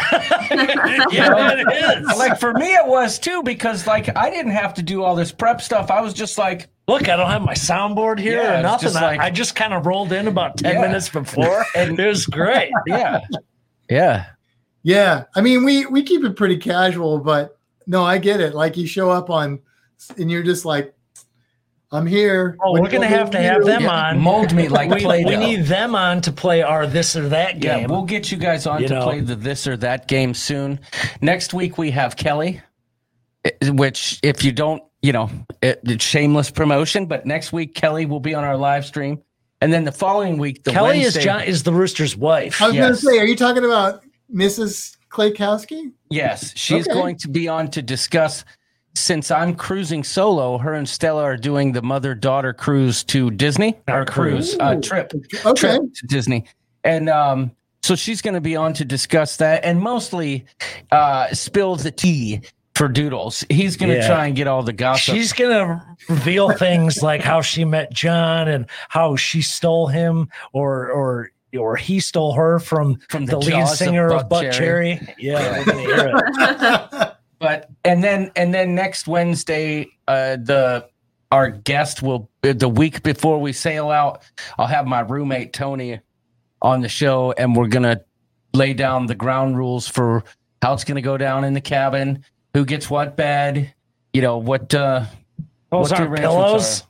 S3: Yeah, it is.
S4: like for me, it was too, because like I didn't have to do all this prep stuff. I was just like,
S3: Look, I don't have my soundboard here
S4: Yeah,
S3: or
S4: it's
S3: nothing.
S4: just
S3: I-
S4: like-
S3: I, just kind of rolled in about ten
S4: Yeah.
S3: minutes before, and it was great.
S4: yeah. Yeah.
S1: Yeah, I mean, we we keep it pretty casual, but no, I get it. Like you show up on, and you're just like, I'm here.
S3: Oh,
S1: What
S3: we're
S1: do you want
S3: gonna
S1: me
S3: have to
S1: do?
S3: have them
S4: Yeah.
S3: on.
S4: Mold me like
S3: we,
S4: Play-Doh.
S3: we need them on to play our this or that game.
S4: Yeah, we'll get you guys on
S3: You
S4: to
S3: know.
S4: play the this or that game soon. Next week we have Kelly, eh, which if you don't, you know, it, it's shameless promotion. But next week Kelly will be on our live stream, and then the following week the
S3: Kelly
S4: Wednesday,
S3: is John is the rooster's wife.
S1: I was gonna
S4: Yes.
S1: say, are you talking about Mrs. Klaykowski?
S4: Yes, she's
S1: Okay.
S4: going to be on to discuss. Since I'm cruising solo, her and Stella are doing the mother daughter cruise to Disney
S3: Not
S4: or
S1: cruise.
S4: cruise uh, trip.
S1: Okay,
S4: trip to Disney. And um, so she's going to be on to discuss that and mostly uh, spill the tea for Doodles. He's going to
S3: Yeah.
S4: try and get all the gossip.
S3: She's gonna reveal things like how she met John and how she stole him, or or or he stole her from
S4: from
S3: the, lead
S4: jaws of
S3: singer of
S4: Buck
S3: Buck Cherry. Yeah, we're gonna hear it.
S4: But and then and then next Wednesday, uh, the our guest will the week before we sail out. I'll have my roommate Tony on the show, and we're gonna lay down the ground rules for how it's gonna go down in the cabin, who gets what bed, you know what. Uh,
S3: Those
S4: What
S3: aren't
S4: your
S3: pillows.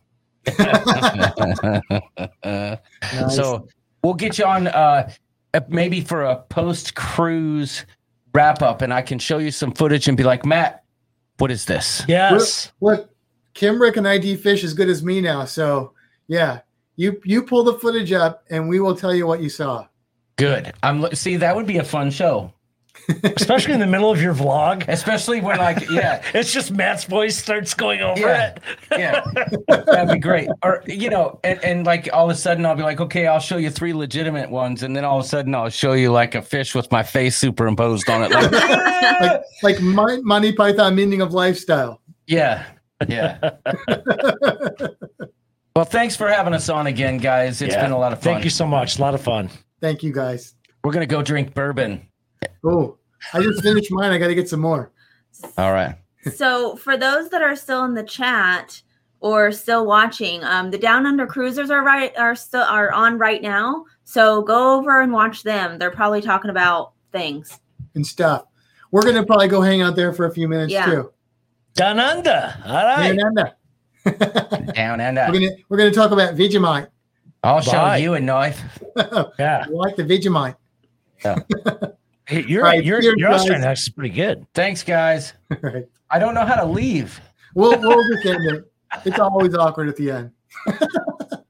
S1: Nice.
S4: So we'll get you on uh, uh, maybe for a post cruise wrap up, and I can show you some footage and be like, Matt, what is this?
S3: Yes.
S1: look, Kimrick and ID Fish as good as me now. So yeah, you you pull the footage up, and we will tell you what you saw.
S4: Good. I'm lo- see that would be a fun show,
S3: Especially in the middle of your vlog.
S4: especially when like yeah.
S3: It's just Matt's voice starts going over
S4: Yeah.
S3: it.
S4: Yeah, that'd be great. Or you know, and, and like all of a sudden I'll be like, okay, I'll show you three legitimate ones, and then all of a sudden I'll show you like a fish with my face superimposed on it. Like,
S1: Like like my Monty Python meaning of lifestyle.
S4: yeah, yeah. Well, thanks for having us on again, guys. It's
S3: Yeah.
S4: been a lot of fun.
S3: Thank you so much. A lot of fun.
S1: Thank you guys.
S4: We're gonna go drink bourbon.
S1: Oh, I just finished mine. I got to get some more.
S4: All right.
S2: so for those that are still in the chat or still watching, um, the Down Under Cruisers are right are still are on right now. So go over and watch them. They're probably talking about things.
S1: and stuff. We're gonna probably go hang out there for a few minutes
S2: Yeah.
S1: too.
S3: Down under. All right.
S1: And Amanda,
S4: Down and
S1: we're
S4: up.
S1: gonna we're gonna talk about Vegemite.
S4: I'll show
S3: Bye.
S4: you a knife.
S1: I
S3: Yeah.
S1: like the Vegemite.
S3: Hey, your
S1: All right,
S3: your
S1: cheers,
S3: your
S1: guys.
S3: Austrian accent is pretty good.
S4: Thanks, guys.
S1: All right,
S4: I don't know how to leave.
S1: we'll we'll just end it. It's always awkward at the end.